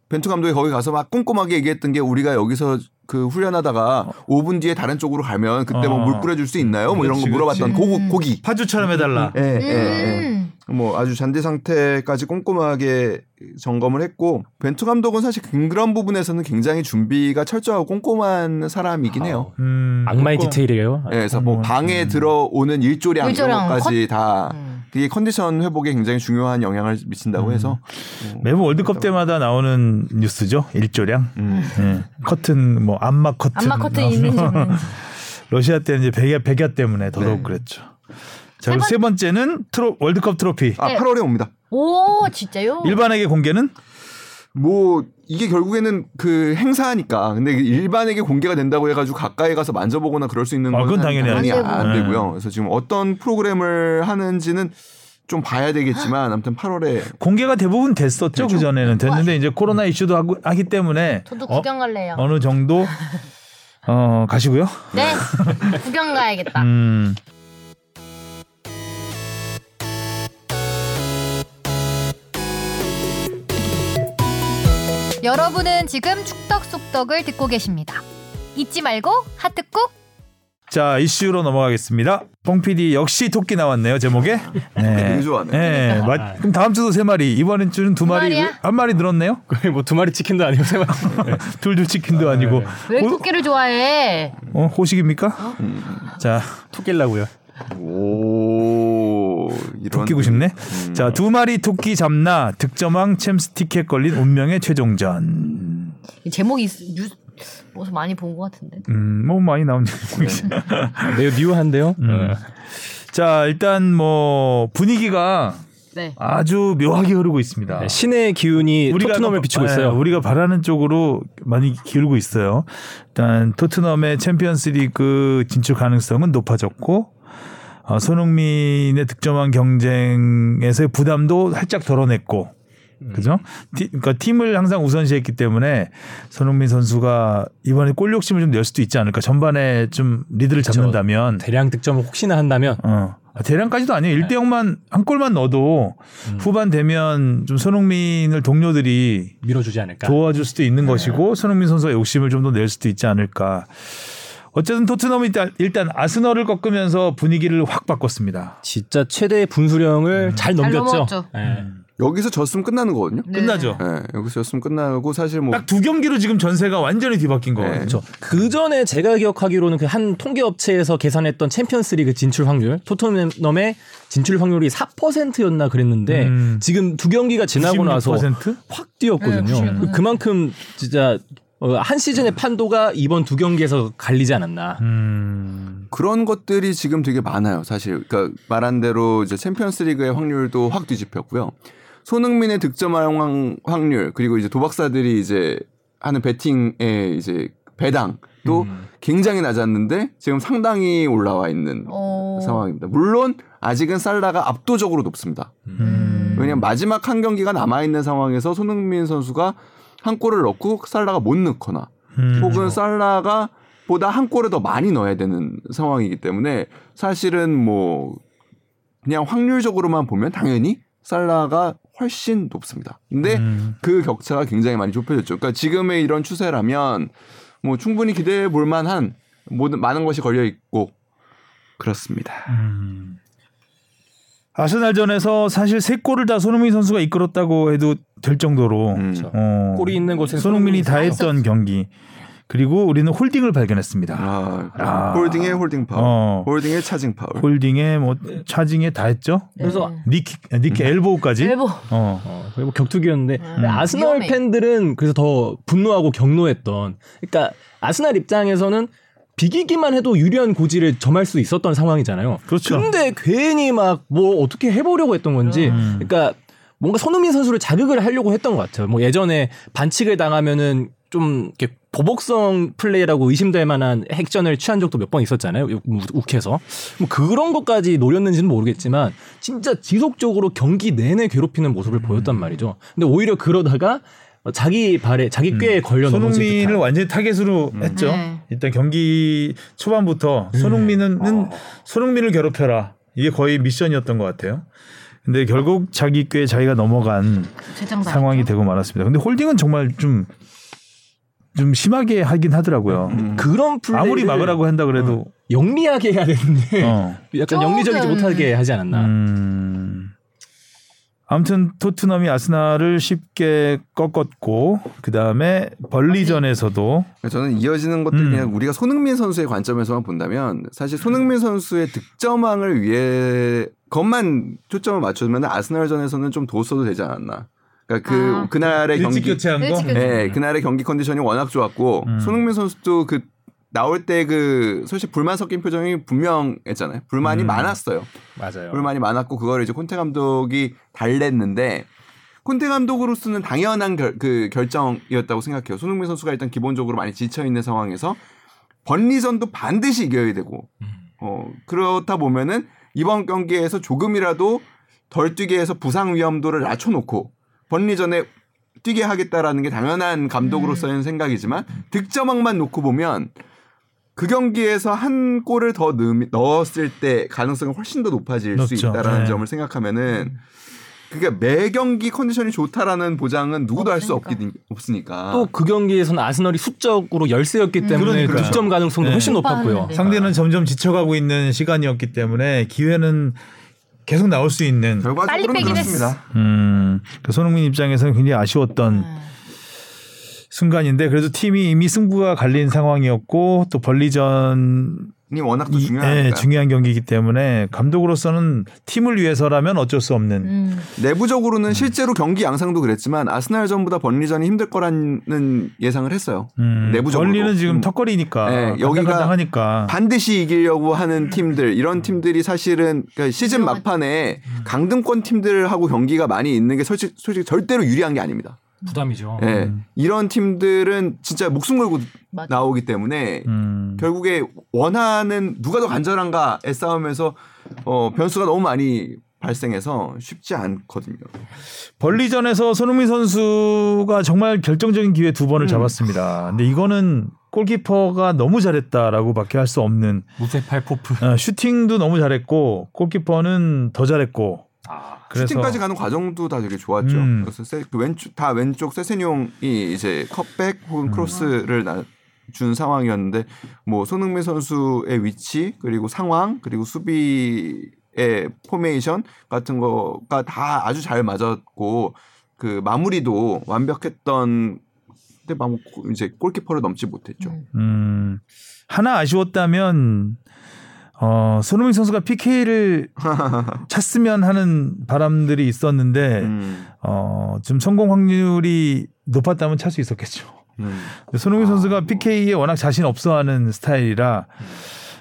[SPEAKER 2] 벤투 감독이 거기 가서 막 꼼꼼하게 얘기했던 게 우리가 여기서 그 훈련하다가 5분 뒤에 다른 쪽으로 가면 그때 뭐
[SPEAKER 3] 어.
[SPEAKER 2] 물 뿌려줄 수 있나요? 뭐 이런 거
[SPEAKER 3] 그치,
[SPEAKER 2] 물어봤던
[SPEAKER 1] 그치.
[SPEAKER 2] 고고 고기.
[SPEAKER 3] 파주처럼 해달라.
[SPEAKER 2] 예, 예, 예.
[SPEAKER 1] 음.
[SPEAKER 2] 뭐 아주 잔디 상태까지 꼼꼼하게 점검을 했고 벤투 감독은 사실 그런 부분에서는 굉장히 준비가 철저하고 꼼꼼한 사람이긴 해요.
[SPEAKER 3] 음,
[SPEAKER 4] 악마의
[SPEAKER 3] 그거-
[SPEAKER 4] 디테일이에요.
[SPEAKER 2] 예, 그래서 뭐
[SPEAKER 3] 아, 꼼꼼한-
[SPEAKER 2] 방에 들어오는 일조량 이런
[SPEAKER 1] 일조량,
[SPEAKER 2] 것까지 다
[SPEAKER 1] 음.
[SPEAKER 2] 그게 컨디션 회복에 굉장히 중요한 영향을 미친다고
[SPEAKER 3] 음.
[SPEAKER 2] 해서
[SPEAKER 3] 매번 월드컵 때마다 나오는 뉴스죠. 일조량.
[SPEAKER 2] 음.
[SPEAKER 3] 예. 커튼 뭐 안마 커튼.
[SPEAKER 1] 안마 커튼
[SPEAKER 3] 나오고.
[SPEAKER 1] 있는지 없는지.
[SPEAKER 3] 러시아 때는 이제 백야 백야 때문에 더더욱
[SPEAKER 2] 네.
[SPEAKER 3] 그랬죠. 자, 그리고 세 번째는 트로, 월드컵 트로피.
[SPEAKER 2] 아
[SPEAKER 1] 네.
[SPEAKER 2] 8월에 옵니다.
[SPEAKER 1] 오 진짜요?
[SPEAKER 3] 일반에게 공개는
[SPEAKER 2] 뭐 이게 결국에는 그 행사니까 근데 일반에게 공개가 된다고 해가지고 가까이 가서 만져보거나 그럴 수 있는
[SPEAKER 3] 아,
[SPEAKER 2] 건
[SPEAKER 3] 그건 당연히
[SPEAKER 1] 안
[SPEAKER 2] 안,
[SPEAKER 1] 되고.
[SPEAKER 2] 안
[SPEAKER 3] 네.
[SPEAKER 2] 되고요. 그래서 지금 어떤 프로그램을 하는지는 좀 봐야 되겠지만 아무튼 8월에
[SPEAKER 3] 공개가 대부분 됐었죠. 음. 그 전에는 됐는데 이제 코로나 이슈도 하고 하기 때문에
[SPEAKER 1] 저도
[SPEAKER 3] 어,
[SPEAKER 1] 구경 갈래요.
[SPEAKER 3] 어느 정도 어 가시고요.
[SPEAKER 1] 네, 구경 가야겠다.
[SPEAKER 3] 음.
[SPEAKER 1] 여러분은 지금 축덕 속덕을 듣고 계십니다. 잊지 말고 하트 꾹.
[SPEAKER 3] 어? 자 이슈로 넘어가겠습니다. 뽕 PD 역시 토끼 나왔네요 제목에.
[SPEAKER 2] 되게
[SPEAKER 3] 네.
[SPEAKER 2] 좋아하네.
[SPEAKER 3] 네. 마- 그럼 다음 주도 세 마리, 이번 주는 두 마리,
[SPEAKER 1] 마리야?
[SPEAKER 3] 한 마리 늘었네요.
[SPEAKER 4] 거의 뭐 두 마리 치킨도 아니고 세 마리.
[SPEAKER 2] 네.
[SPEAKER 3] 둘둘 치킨도 아니고.
[SPEAKER 1] 왜
[SPEAKER 3] 호,
[SPEAKER 1] 토끼를 좋아해?
[SPEAKER 3] 어, 호식입니까?
[SPEAKER 2] 음.
[SPEAKER 3] 자
[SPEAKER 4] 토끼라고요.
[SPEAKER 2] 오 이런
[SPEAKER 3] 토끼고 싶네.
[SPEAKER 2] 음.
[SPEAKER 3] 자 두 마리 토끼 잡나 득점왕 챔스 티켓 걸린 운명의 최종전.
[SPEAKER 1] 이 제목이 있- 뉴스 어디서 많이 본 것 같은데.
[SPEAKER 3] 음, 뭐 많이 나온
[SPEAKER 2] 네.
[SPEAKER 3] 얘기죠.
[SPEAKER 4] 아, 매우 미워한데요. 네.
[SPEAKER 3] 자, 일단 뭐 분위기가
[SPEAKER 1] 네.
[SPEAKER 3] 아주 묘하게 흐르고 있습니다.
[SPEAKER 4] 네, 신의 기운이 토트넘을
[SPEAKER 3] 아까-
[SPEAKER 4] 비추고
[SPEAKER 3] 네,
[SPEAKER 4] 있어요.
[SPEAKER 3] 우리가 바라는 쪽으로 많이 기울고 있어요. 일단 토트넘의 챔피언스리그 진출 가능성은 높아졌고 어, 손흥민의 득점왕 경쟁에서의 부담도 살짝 덜어냈고
[SPEAKER 4] 음.
[SPEAKER 3] 그죠? 티- 그러니까 팀을 항상 우선시했기 때문에 손흥민 선수가 이번에 골 욕심을 좀 낼 수도 있지 않을까. 전반에 좀 리드를 잡는다면
[SPEAKER 4] 대량 득점을 혹시나 한다면
[SPEAKER 3] 어. 아, 대량까지도 아니에요. 1대 0만 한 골만 넣어도
[SPEAKER 4] 음.
[SPEAKER 3] 후반 되면 좀 손흥민을 동료들이
[SPEAKER 4] 밀어주지 않을까. 네.
[SPEAKER 3] 도와줄 수도 있는 것이고 손흥민 선수의 욕심을 좀 더 낼 수도 있지 않을까. 어쨌든 토트넘이 일단- 일단 아스널을 꺾으면서 분위기를 확 바꿨습니다.
[SPEAKER 4] 진짜 최대의 분수령을
[SPEAKER 3] 음.
[SPEAKER 4] 잘 넘겼죠.
[SPEAKER 1] 넘어갔죠.
[SPEAKER 4] 예.
[SPEAKER 2] 여기서 졌으면 끝나는 거거든요.
[SPEAKER 1] 네.
[SPEAKER 3] 끝나죠.
[SPEAKER 2] 예, 여기서 졌으면 끝나고 사실 뭐
[SPEAKER 3] 딱 두 경기로 지금 전세가 완전히 뒤바뀐 거예요.
[SPEAKER 2] 네.
[SPEAKER 4] 그렇죠. 그 전에 제가 기억하기로는 그 한 통계 업체에서 계산했던 챔피언스리그 진출 확률, 토트넘의 진출 확률이 4%였나 그랬는데
[SPEAKER 3] 음.
[SPEAKER 4] 지금 두 경기가 지나고 나서
[SPEAKER 3] 96%?
[SPEAKER 4] 확 뛰었거든요.
[SPEAKER 1] 네, 96%.
[SPEAKER 4] 그만큼 진짜 어, 한 시즌의 판도가 이번 두 경기에서 갈리지 않았나.
[SPEAKER 1] 네.
[SPEAKER 3] 음.
[SPEAKER 2] 그런 것들이 지금 되게 많아요. 사실 그러니까 말한 대로 이제 챔피언스리그의 확률도 확 뒤집혔고요. 손흥민의 득점 확- 확률 그리고 이제 도박사들이 이제 하는 베팅의 이제 배당 또 굉장히 낮았는데 지금 상당히 올라와 있는
[SPEAKER 1] 어.
[SPEAKER 2] 상황입니다. 물론 아직은 살라가 압도적으로 높습니다.
[SPEAKER 1] 음.
[SPEAKER 2] 왜냐면 마지막 한 경기가 남아 있는 상황에서 손흥민 선수가 한 골을 넣고 살라가 못 넣거나
[SPEAKER 3] 음,
[SPEAKER 2] 혹은 살라가 보다 한 골을 더 많이 넣어야 되는 상황이기 때문에 사실은 뭐 그냥 확률적으로만 보면 당연히 살라가 훨씬 높습니다.
[SPEAKER 4] 네?
[SPEAKER 2] 근데
[SPEAKER 3] 음.
[SPEAKER 2] 그 격차가 굉장히 많이 좁혀졌죠. 그러니까 지금의 이런 추세라면 뭐 충분히 기대해 볼 만한 모든 많은 것이 걸려 있고 그렇습니다.
[SPEAKER 3] 음. 아스날전에서 사실 세 골을 다 손흥민 선수가 이끌었다고 해도 될 정도로
[SPEAKER 2] 음.
[SPEAKER 4] 그렇죠.
[SPEAKER 3] 어,
[SPEAKER 4] 골이 있는 곳에
[SPEAKER 3] 손흥민이 다 했던 경기 그리고 우리는 홀딩을 발견했습니다.
[SPEAKER 2] 아,
[SPEAKER 3] 아.
[SPEAKER 2] 홀딩에 홀딩 파울,
[SPEAKER 3] 어.
[SPEAKER 2] 홀딩에 차징 파울.
[SPEAKER 3] 홀딩에 뭐 차징에 다 했죠.
[SPEAKER 4] 그래서
[SPEAKER 1] 네.
[SPEAKER 3] 니키 아, 니키 음. 엘보까지.
[SPEAKER 1] 일본
[SPEAKER 3] 어.
[SPEAKER 4] 어, 그리고 경투기였는데
[SPEAKER 1] 음.
[SPEAKER 4] 아스널
[SPEAKER 1] 위험해.
[SPEAKER 4] 팬들은 그래서 더 분노하고 경노했던 그러니까 아스날 입장에서는 비기기만 해도 유리한 고지를 점할 수 있었던 상황이잖아요.
[SPEAKER 3] 그렇죠.
[SPEAKER 4] 근데 괜히 막 뭐 어떻게 해보려고 했던 건지
[SPEAKER 3] 음.
[SPEAKER 4] 그러니까 뭔가 손흥민 선수를 자극을 하려고 했던 것 같아요. 뭐 예전에 반칙을 당하면은 좀 이렇게 보복성 플레이라고 의심될 만한 액션을 취한 적도 몇 번 있었잖아요. 우- 욱해서 뭐 그런 것까지 노렸는지는 모르겠지만 진짜 지속적으로 경기 내내 괴롭히는 모습을
[SPEAKER 3] 음.
[SPEAKER 4] 보였단 말이죠. 근데 오히려 그러다가 자기 발에 자기 꾀에 걸려 넘어진
[SPEAKER 3] 음. 손흥민을
[SPEAKER 4] 듯한.
[SPEAKER 3] 완전히 타겟으로 했죠.
[SPEAKER 1] 네.
[SPEAKER 3] 일단 경기 초반부터 손흥민은 손흥민을 괴롭혀라 이게 거의 미션이었던 것 같아요. 근데 결국 자기 꽤 자기가 넘어간
[SPEAKER 1] 최장단
[SPEAKER 3] 상황이 되고 말았습니다. 근데 홀딩은 정말 좀 좀 심하게 하긴 하더라고요.
[SPEAKER 2] 음.
[SPEAKER 4] 그런 플레이
[SPEAKER 3] 아무리 막으라고 한다 그래도
[SPEAKER 4] 영리하게 해야 되는데
[SPEAKER 3] 어.
[SPEAKER 4] 약간 영리적이지
[SPEAKER 1] 조금.
[SPEAKER 4] 못하게 하지 않았나.
[SPEAKER 3] 음. 아무튼 토트넘이 아스날을 쉽게 꺾었고 그 다음에 벌리전에서도
[SPEAKER 2] 그러니까 저는 이어지는 것들
[SPEAKER 3] 음.
[SPEAKER 2] 그냥 우리가 손흥민 선수의 관점에서만 본다면 사실 손흥민 선수의 득점왕을 위해 것만 초점을 맞추면 아스날전에서는 좀 더 써도 되지 않았나. 그러니까 그
[SPEAKER 1] 아.
[SPEAKER 2] 그날의 경기
[SPEAKER 3] 교체한
[SPEAKER 1] 거? 일찍 교체.
[SPEAKER 2] 네, 그날의 경기 컨디션이 워낙 좋았고
[SPEAKER 3] 음.
[SPEAKER 2] 손흥민 선수도 그 나올 때 그 사실 불만 섞인 표정이 분명했잖아요. 불만이
[SPEAKER 3] 음.
[SPEAKER 2] 많았어요.
[SPEAKER 4] 맞아요.
[SPEAKER 2] 불만이 많았고 그걸 이제 콘테 감독이 달랬는데 콘테 감독으로서는 당연한 결, 그 결정이었다고 생각해요. 손흥민 선수가 일단 기본적으로 많이 지쳐 있는 상황에서 번리전도 반드시 이겨야 되고 어, 그렇다 보면은 이번 경기에서 조금이라도 덜 뛰게 해서 부상 위험도를 낮춰놓고 번리전에 뛰게 하겠다라는 게 당연한 감독으로서의 생각이지만 득점왕만 놓고 보면 그 경기에서 한 골을 더 넣- 넣었을 때 가능성이 훨씬 더 높아질
[SPEAKER 3] 높죠.
[SPEAKER 2] 수 있다라는
[SPEAKER 3] 네.
[SPEAKER 2] 점을 생각하면은 그러니까 매 경기 컨디션이 좋다라는 보장은 누구도 할 수 없기 없으니까
[SPEAKER 3] 아.
[SPEAKER 4] 또 그 경기에서는 아스널이 수적으로 열세였기 때문에
[SPEAKER 3] 그러니까요.
[SPEAKER 4] 득점 가능성도
[SPEAKER 3] 네.
[SPEAKER 4] 훨씬 높았고요.
[SPEAKER 1] 오빠는
[SPEAKER 3] 상대는 점점 지쳐가고 있는 시간이었기 때문에 기회는 계속 나올 수 있는
[SPEAKER 1] 빨리
[SPEAKER 2] 결과적으로는
[SPEAKER 1] 빼긴
[SPEAKER 2] 그렇습니다.
[SPEAKER 3] 음, 그 손흥민 입장에서는 굉장히
[SPEAKER 1] 네.
[SPEAKER 3] 아쉬웠던 순간인데 그래도 팀이 이미 승부가 갈린 상황이었고 또 벌리전
[SPEAKER 2] 이 워낙 또
[SPEAKER 3] 이-
[SPEAKER 2] 중요하니까
[SPEAKER 3] 예, 중요한 경기이기 때문에 감독으로서는 팀을 위해서라면 어쩔 수 없는
[SPEAKER 1] 음.
[SPEAKER 2] 내부적으로는 실제로 경기 양상도 그랬지만 아스날전보다 번리전이 힘들 거라는 예상을 했어요.
[SPEAKER 3] 음,
[SPEAKER 2] 내부적으로
[SPEAKER 3] 벌리는 지금
[SPEAKER 2] 음.
[SPEAKER 3] 턱걸이니까
[SPEAKER 2] 예, 여기가
[SPEAKER 3] 여기가 하니까
[SPEAKER 2] 반드시 이기려고 하는 팀들 이런 팀들이 사실은 그러니까 시즌
[SPEAKER 1] 유명한-
[SPEAKER 2] 막판에
[SPEAKER 3] 음.
[SPEAKER 2] 강등권 팀들하고 경기가 많이 있는 게 솔직 솔직히 절대로 유리한 게 아닙니다.
[SPEAKER 4] 부담이죠.
[SPEAKER 3] 네.
[SPEAKER 2] 예. 이런 팀들은 진짜 목숨 걸고
[SPEAKER 1] 맞아.
[SPEAKER 2] 나오기 때문에
[SPEAKER 3] 음,
[SPEAKER 2] 결국에 원하는 누가 더 간절한가에 싸움에서 어, 변수가 너무 많이 발생해서 쉽지 않거든요.
[SPEAKER 3] 벌리전에서 손흥민 선수가 정말 결정적인 기회 두
[SPEAKER 2] 음.
[SPEAKER 3] 번을 잡았습니다. 근데 이거는 골키퍼가 너무 잘했다라고밖에 할 수 없는
[SPEAKER 4] 무쇠팔 포프.
[SPEAKER 3] 어, 슈팅도 너무 잘했고 골키퍼는 더 잘했고 그래서-
[SPEAKER 2] 아, 슈팅까지 가는 과정도 다 되게 좋았죠.
[SPEAKER 3] 음.
[SPEAKER 2] 그래서 세, 그 왼쪽 다 왼쪽 세세뇽이 이제 컵백
[SPEAKER 3] 음.
[SPEAKER 2] 혹은 크로스를 나- 준 상황이었는데 뭐 손흥민 선수의 위치 그리고 상황 그리고 수비의 포메이션 같은 거가 다 아주 잘 맞았고 그 마무리도 완벽했던 근데 막 이제 골키퍼를 넘지 못했죠.
[SPEAKER 1] 음.
[SPEAKER 3] 음, 하나 아쉬웠다면 어, 손흥민 선수가 PK를 찼으면 하는 바람들이 있었는데
[SPEAKER 2] 음.
[SPEAKER 3] 어, 좀 성공 확률이 높았다면 찰 수 있었겠죠.
[SPEAKER 2] 음.
[SPEAKER 3] 근데 손흥민
[SPEAKER 2] 아,
[SPEAKER 3] 선수가
[SPEAKER 2] 뭐.
[SPEAKER 3] PK에 워낙 자신 없어하는 스타일이라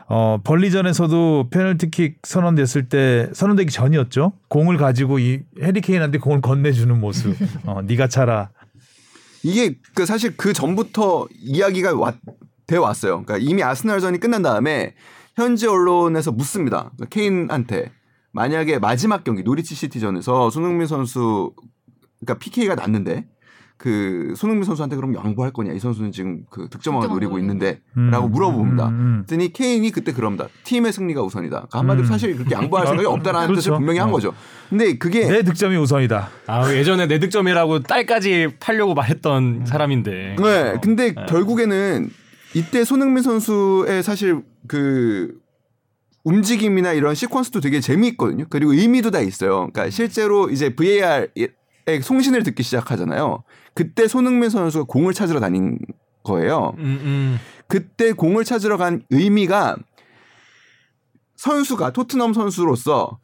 [SPEAKER 3] 어, 벌리전에서도 페널티킥 선언됐을 때 선언되기 전이었죠. 공을 가지고 이 해리케인한테 공을 건네주는 모습. 어, 네가 차라.
[SPEAKER 2] 이게 그 사실 그 전부터 이야기가 왔 돼 왔어요. 그러니까 이미 아스날전이 끝난 다음에 현지 언론에서 묻습니다. 그러니까 케인한테 만약에 마지막 경기 노리치 시티전에서 손흥민 선수 그러니까 PK가 났는데 그 손흥민 선수한테 그럼 양보할 거냐? 이 선수는 지금 그 득점왕을
[SPEAKER 1] 득점왕
[SPEAKER 2] 노리고
[SPEAKER 1] 노리고
[SPEAKER 3] 음,
[SPEAKER 2] 있는데라고 물어봅니다.
[SPEAKER 3] 음, 음.
[SPEAKER 2] 했더니 케인이 그때 그럽니다. 팀의 승리가 우선이다. 그러니까 한마디로
[SPEAKER 3] 음.
[SPEAKER 2] 사실 그렇게 양보할 생각이 없다라는 뜻을
[SPEAKER 3] 그렇죠.
[SPEAKER 2] 분명히 한
[SPEAKER 3] 어.
[SPEAKER 2] 거죠. 근데 그게
[SPEAKER 3] 음. 내 득점이 우선이다.
[SPEAKER 4] 아, 예전에 내 득점이라고 딸까지
[SPEAKER 3] 음.
[SPEAKER 4] 팔려고 말했던 사람인데.
[SPEAKER 3] 그
[SPEAKER 2] 네, 근데
[SPEAKER 4] 네.
[SPEAKER 2] 결국에는 이때 손흥민 선수의 사실 그 움직임이나 이런 시퀀스도 되게 재미있거든요. 그리고 의미도 다 있어요. 그러니까 실제로 이제 VAR의 송신을 듣기 시작하잖아요. 그때 손흥민 선수가 공을 찾으러 다닌 거예요.
[SPEAKER 4] 음, 음.
[SPEAKER 2] 그때 공을 찾으러 간 의미가 선수가 토트넘 선수로서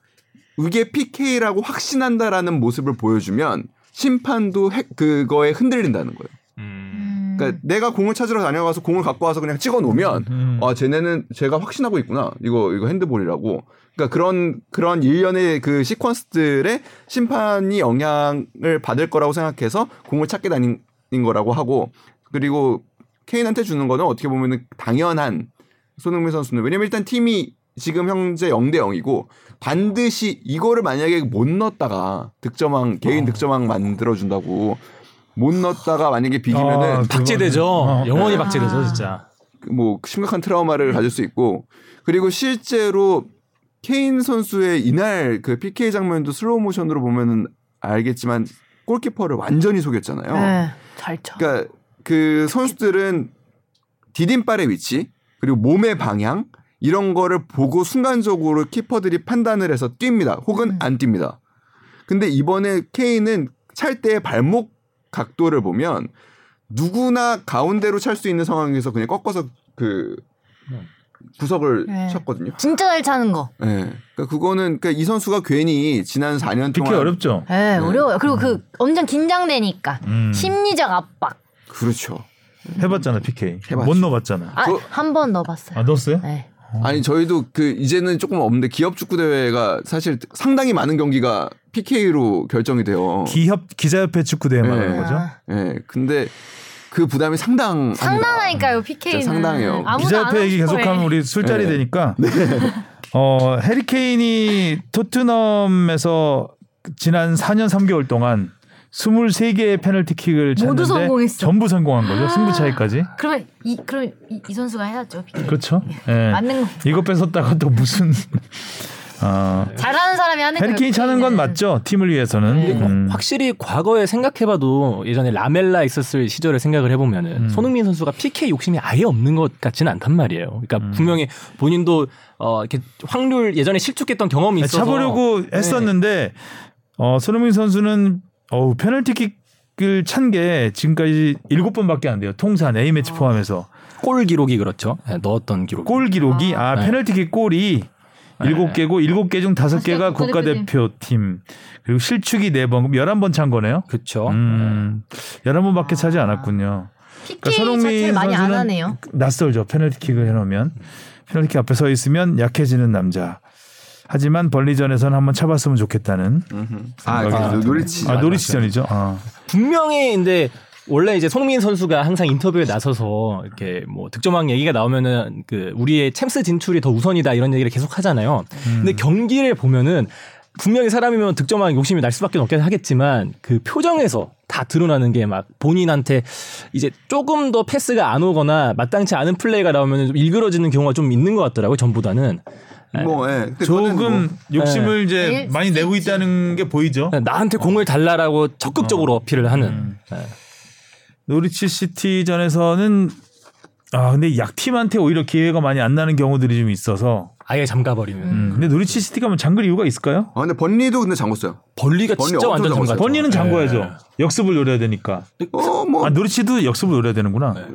[SPEAKER 2] 이게 PK라고 확신한다라는 모습을 보여주면 심판도 해- 그거에 흔들린다는 거예요.
[SPEAKER 4] 음.
[SPEAKER 1] 음.
[SPEAKER 2] 그러니까 내가 공을 찾으러 다녀가서 공을 갖고 와서 그냥 찍어 놓으면
[SPEAKER 3] 음.
[SPEAKER 2] 아 쟤네는 제가 확신하고 있구나 이거 이거 핸드볼이라고 그러니까 그런 그런 일련의 그 시퀀스들의 심판이 영향을 받을 거라고 생각해서 공을 찾게 다닌 거라고 하고 그리고 케인한테 주는 거는 어떻게 보면은 당연한 손흥민 선수는 왜냐면 일단 팀이 지금 현재 0대 0이고 반드시 이거를 만약에 못 넣었다가 득점왕 개인 득점왕 만들어 준다고 못 넣었다가 만약에 비기면은
[SPEAKER 3] 아,
[SPEAKER 4] 박제되죠.
[SPEAKER 3] 어.
[SPEAKER 4] 영원히
[SPEAKER 1] 아.
[SPEAKER 4] 박제되죠, 진짜.
[SPEAKER 2] 뭐 심각한 트라우마를 가질 수 있고 그리고 실제로 케인 선수의 이날 그 PK 장면도 슬로우 모션으로 보면은 알겠지만 골키퍼를 완전히 속였잖아요.
[SPEAKER 1] 네, 잘 쳐.
[SPEAKER 2] 어. 그러니까 그 선수들은 디딤발의 위치 그리고 몸의 방향 이런 거를 보고 순간적으로 키퍼들이 판단을 해서 뜁니다. 혹은 안 뜁니다. 근데 이번에 케인은 찰 때의 발목 각도를 보면 누구나 가운데로 찰 수 있는 상황에서 그냥 꺾어서 그 구석을
[SPEAKER 1] 네.
[SPEAKER 2] 쳤거든요.
[SPEAKER 1] 진짜 잘 차는 거.
[SPEAKER 2] 예. 그러니까 그거는 그러니까 이 선수가 괜히 지난 4년
[SPEAKER 3] 비키
[SPEAKER 2] 동안
[SPEAKER 3] 어렵죠.
[SPEAKER 1] 예,
[SPEAKER 2] 네.
[SPEAKER 1] 어려워요. 그리고
[SPEAKER 2] 음.
[SPEAKER 1] 그 엄청 긴장되니까
[SPEAKER 3] 음.
[SPEAKER 1] 심리적 압박.
[SPEAKER 2] 그렇죠.
[SPEAKER 3] 해봤잖아 PK.
[SPEAKER 2] 해봤죠.
[SPEAKER 3] 못 넣어봤잖아.
[SPEAKER 1] 아,
[SPEAKER 2] 그-
[SPEAKER 1] 한 번 넣어봤어요.
[SPEAKER 3] 아 넣었어요?
[SPEAKER 1] 네.
[SPEAKER 2] 아니 저희도 그 이제는 조금 없는데 기업 축구 대회가 사실 상당히 많은 경기가 PK로 결정이 돼요.
[SPEAKER 3] 기협 기자협회 축구 대회 말하는
[SPEAKER 2] 네.
[SPEAKER 3] 거죠.
[SPEAKER 1] 아,
[SPEAKER 2] 예. 근데 그 부담이 상당합니다.
[SPEAKER 1] 상당하니까요, PK는.
[SPEAKER 2] 상당해요.
[SPEAKER 3] 기자협회 얘기 계속하면 우리 술자리
[SPEAKER 2] 네.
[SPEAKER 3] 되니까. 어 해리 케인이 토트넘에서 지난 4년 3개월 동안 23개의 페널티킥을 쳤는데
[SPEAKER 1] 모두 성공했어. 아.
[SPEAKER 3] 전부 성공한 거죠. 승부 차이까지.
[SPEAKER 1] 네. 그러면 이 그럼 이, 이 선수가 해야죠. PK.
[SPEAKER 3] 그렇죠. 예.
[SPEAKER 1] 맞는 거.
[SPEAKER 3] 이거 뺏었다가 또 무슨 어,
[SPEAKER 1] 잘하는 사람이 하는 거예요.
[SPEAKER 3] 해리케인 차는 건
[SPEAKER 1] PK 는.
[SPEAKER 3] 맞죠. 팀을 위해서는.
[SPEAKER 1] 네.
[SPEAKER 4] 근데
[SPEAKER 3] 음.
[SPEAKER 4] 확실히 과거에 생각해봐도 예전에 라멜라 있었을 시절을 생각을 해보면은
[SPEAKER 3] 음.
[SPEAKER 4] 손흥민 선수가 PK 욕심이 아예 없는 것 같지는 않단 말이에요. 그러니까
[SPEAKER 3] 음.
[SPEAKER 4] 분명히 본인도 어 이렇게 확률 예전에 실축했던 경험이
[SPEAKER 3] 네,
[SPEAKER 4] 있어서 네.
[SPEAKER 3] 차보려고 했었는데 어, 손흥민 선수는 어우 페널티킥을 찬 게 지금까지 7번밖에 안 돼요. 통산
[SPEAKER 1] 아.
[SPEAKER 3] A매치 포함해서
[SPEAKER 4] 골 기록이 그렇죠. 네, 넣었던 기록.
[SPEAKER 3] 골 기록이 아,
[SPEAKER 4] 네.
[SPEAKER 3] 페널티킥 골이 일곱 개고 일곱 개 중 다섯
[SPEAKER 1] 다섯
[SPEAKER 3] 개가
[SPEAKER 1] 개
[SPEAKER 3] 국가대표팀 그리고 실축이 네번 그럼 11번 찬 거네요.
[SPEAKER 4] 그렇죠.
[SPEAKER 3] 음. 11번밖에 차지
[SPEAKER 1] 아.
[SPEAKER 3] 않았군요. 그러니까
[SPEAKER 1] PK 자체를 많이 안 하네요.
[SPEAKER 3] 낯설죠. 페널티킥을 해놓으면 페널티킥 앞에 서 있으면 약해지는 남자. 하지만 벌리전에서는 한번 차봤으면 좋겠다는.
[SPEAKER 2] 음흠. 아,
[SPEAKER 3] 생각이
[SPEAKER 2] 그
[SPEAKER 3] 드네요.
[SPEAKER 2] 노리치.
[SPEAKER 3] 아 노리치전이죠. 아.
[SPEAKER 4] 분명히 근데 원래 이제 손흥민 선수가 항상 인터뷰에 나서서 이렇게 뭐 득점왕 얘기가 나오면은 그 우리의 챔스 진출이 더 우선이다 이런 얘기를 계속 하잖아요. 근데 경기를 보면은 분명히 사람이면 득점왕 욕심이 날 수밖에 없긴 하겠지만 그 표정에서 다 드러나는 게 막 본인한테 이제 조금 더 패스가 안 오거나 마땅치 않은 플레이가 나오면 좀 일그러지는 경우가 좀 있는 것 같더라고요 전보다는
[SPEAKER 2] 뭐 예. 근데 그거는
[SPEAKER 3] 아. 조금
[SPEAKER 2] 뭐, 네.
[SPEAKER 1] 네.
[SPEAKER 3] 욕심을 이제 많이 내고 있다는 게 보이죠.
[SPEAKER 4] 나한테 공을 달라라고 적극적으로 어필을 하는 네.
[SPEAKER 3] 노리치 시티전에서는 아 근데 약팀한테 오히려 기회가 많이 안 나는 경우들이 좀 있어서.
[SPEAKER 4] 아예 잠가버리는
[SPEAKER 3] 음, 근데 노리치 시티가 뭐 잠글 이유가 있을까요?
[SPEAKER 2] 아 근데 번리도 근데 잠궜어요.
[SPEAKER 4] 벌리가 네.
[SPEAKER 2] 벌리
[SPEAKER 4] 진짜 완전
[SPEAKER 2] 엄청
[SPEAKER 4] 잠가
[SPEAKER 2] 잡았어요.
[SPEAKER 3] 번리는 잠궈야죠.
[SPEAKER 2] 네.
[SPEAKER 3] 역습을 노려야 되니까.
[SPEAKER 2] 어, 뭐.
[SPEAKER 3] 아 노리치도 역습을 노려야 되는구나.
[SPEAKER 2] 예.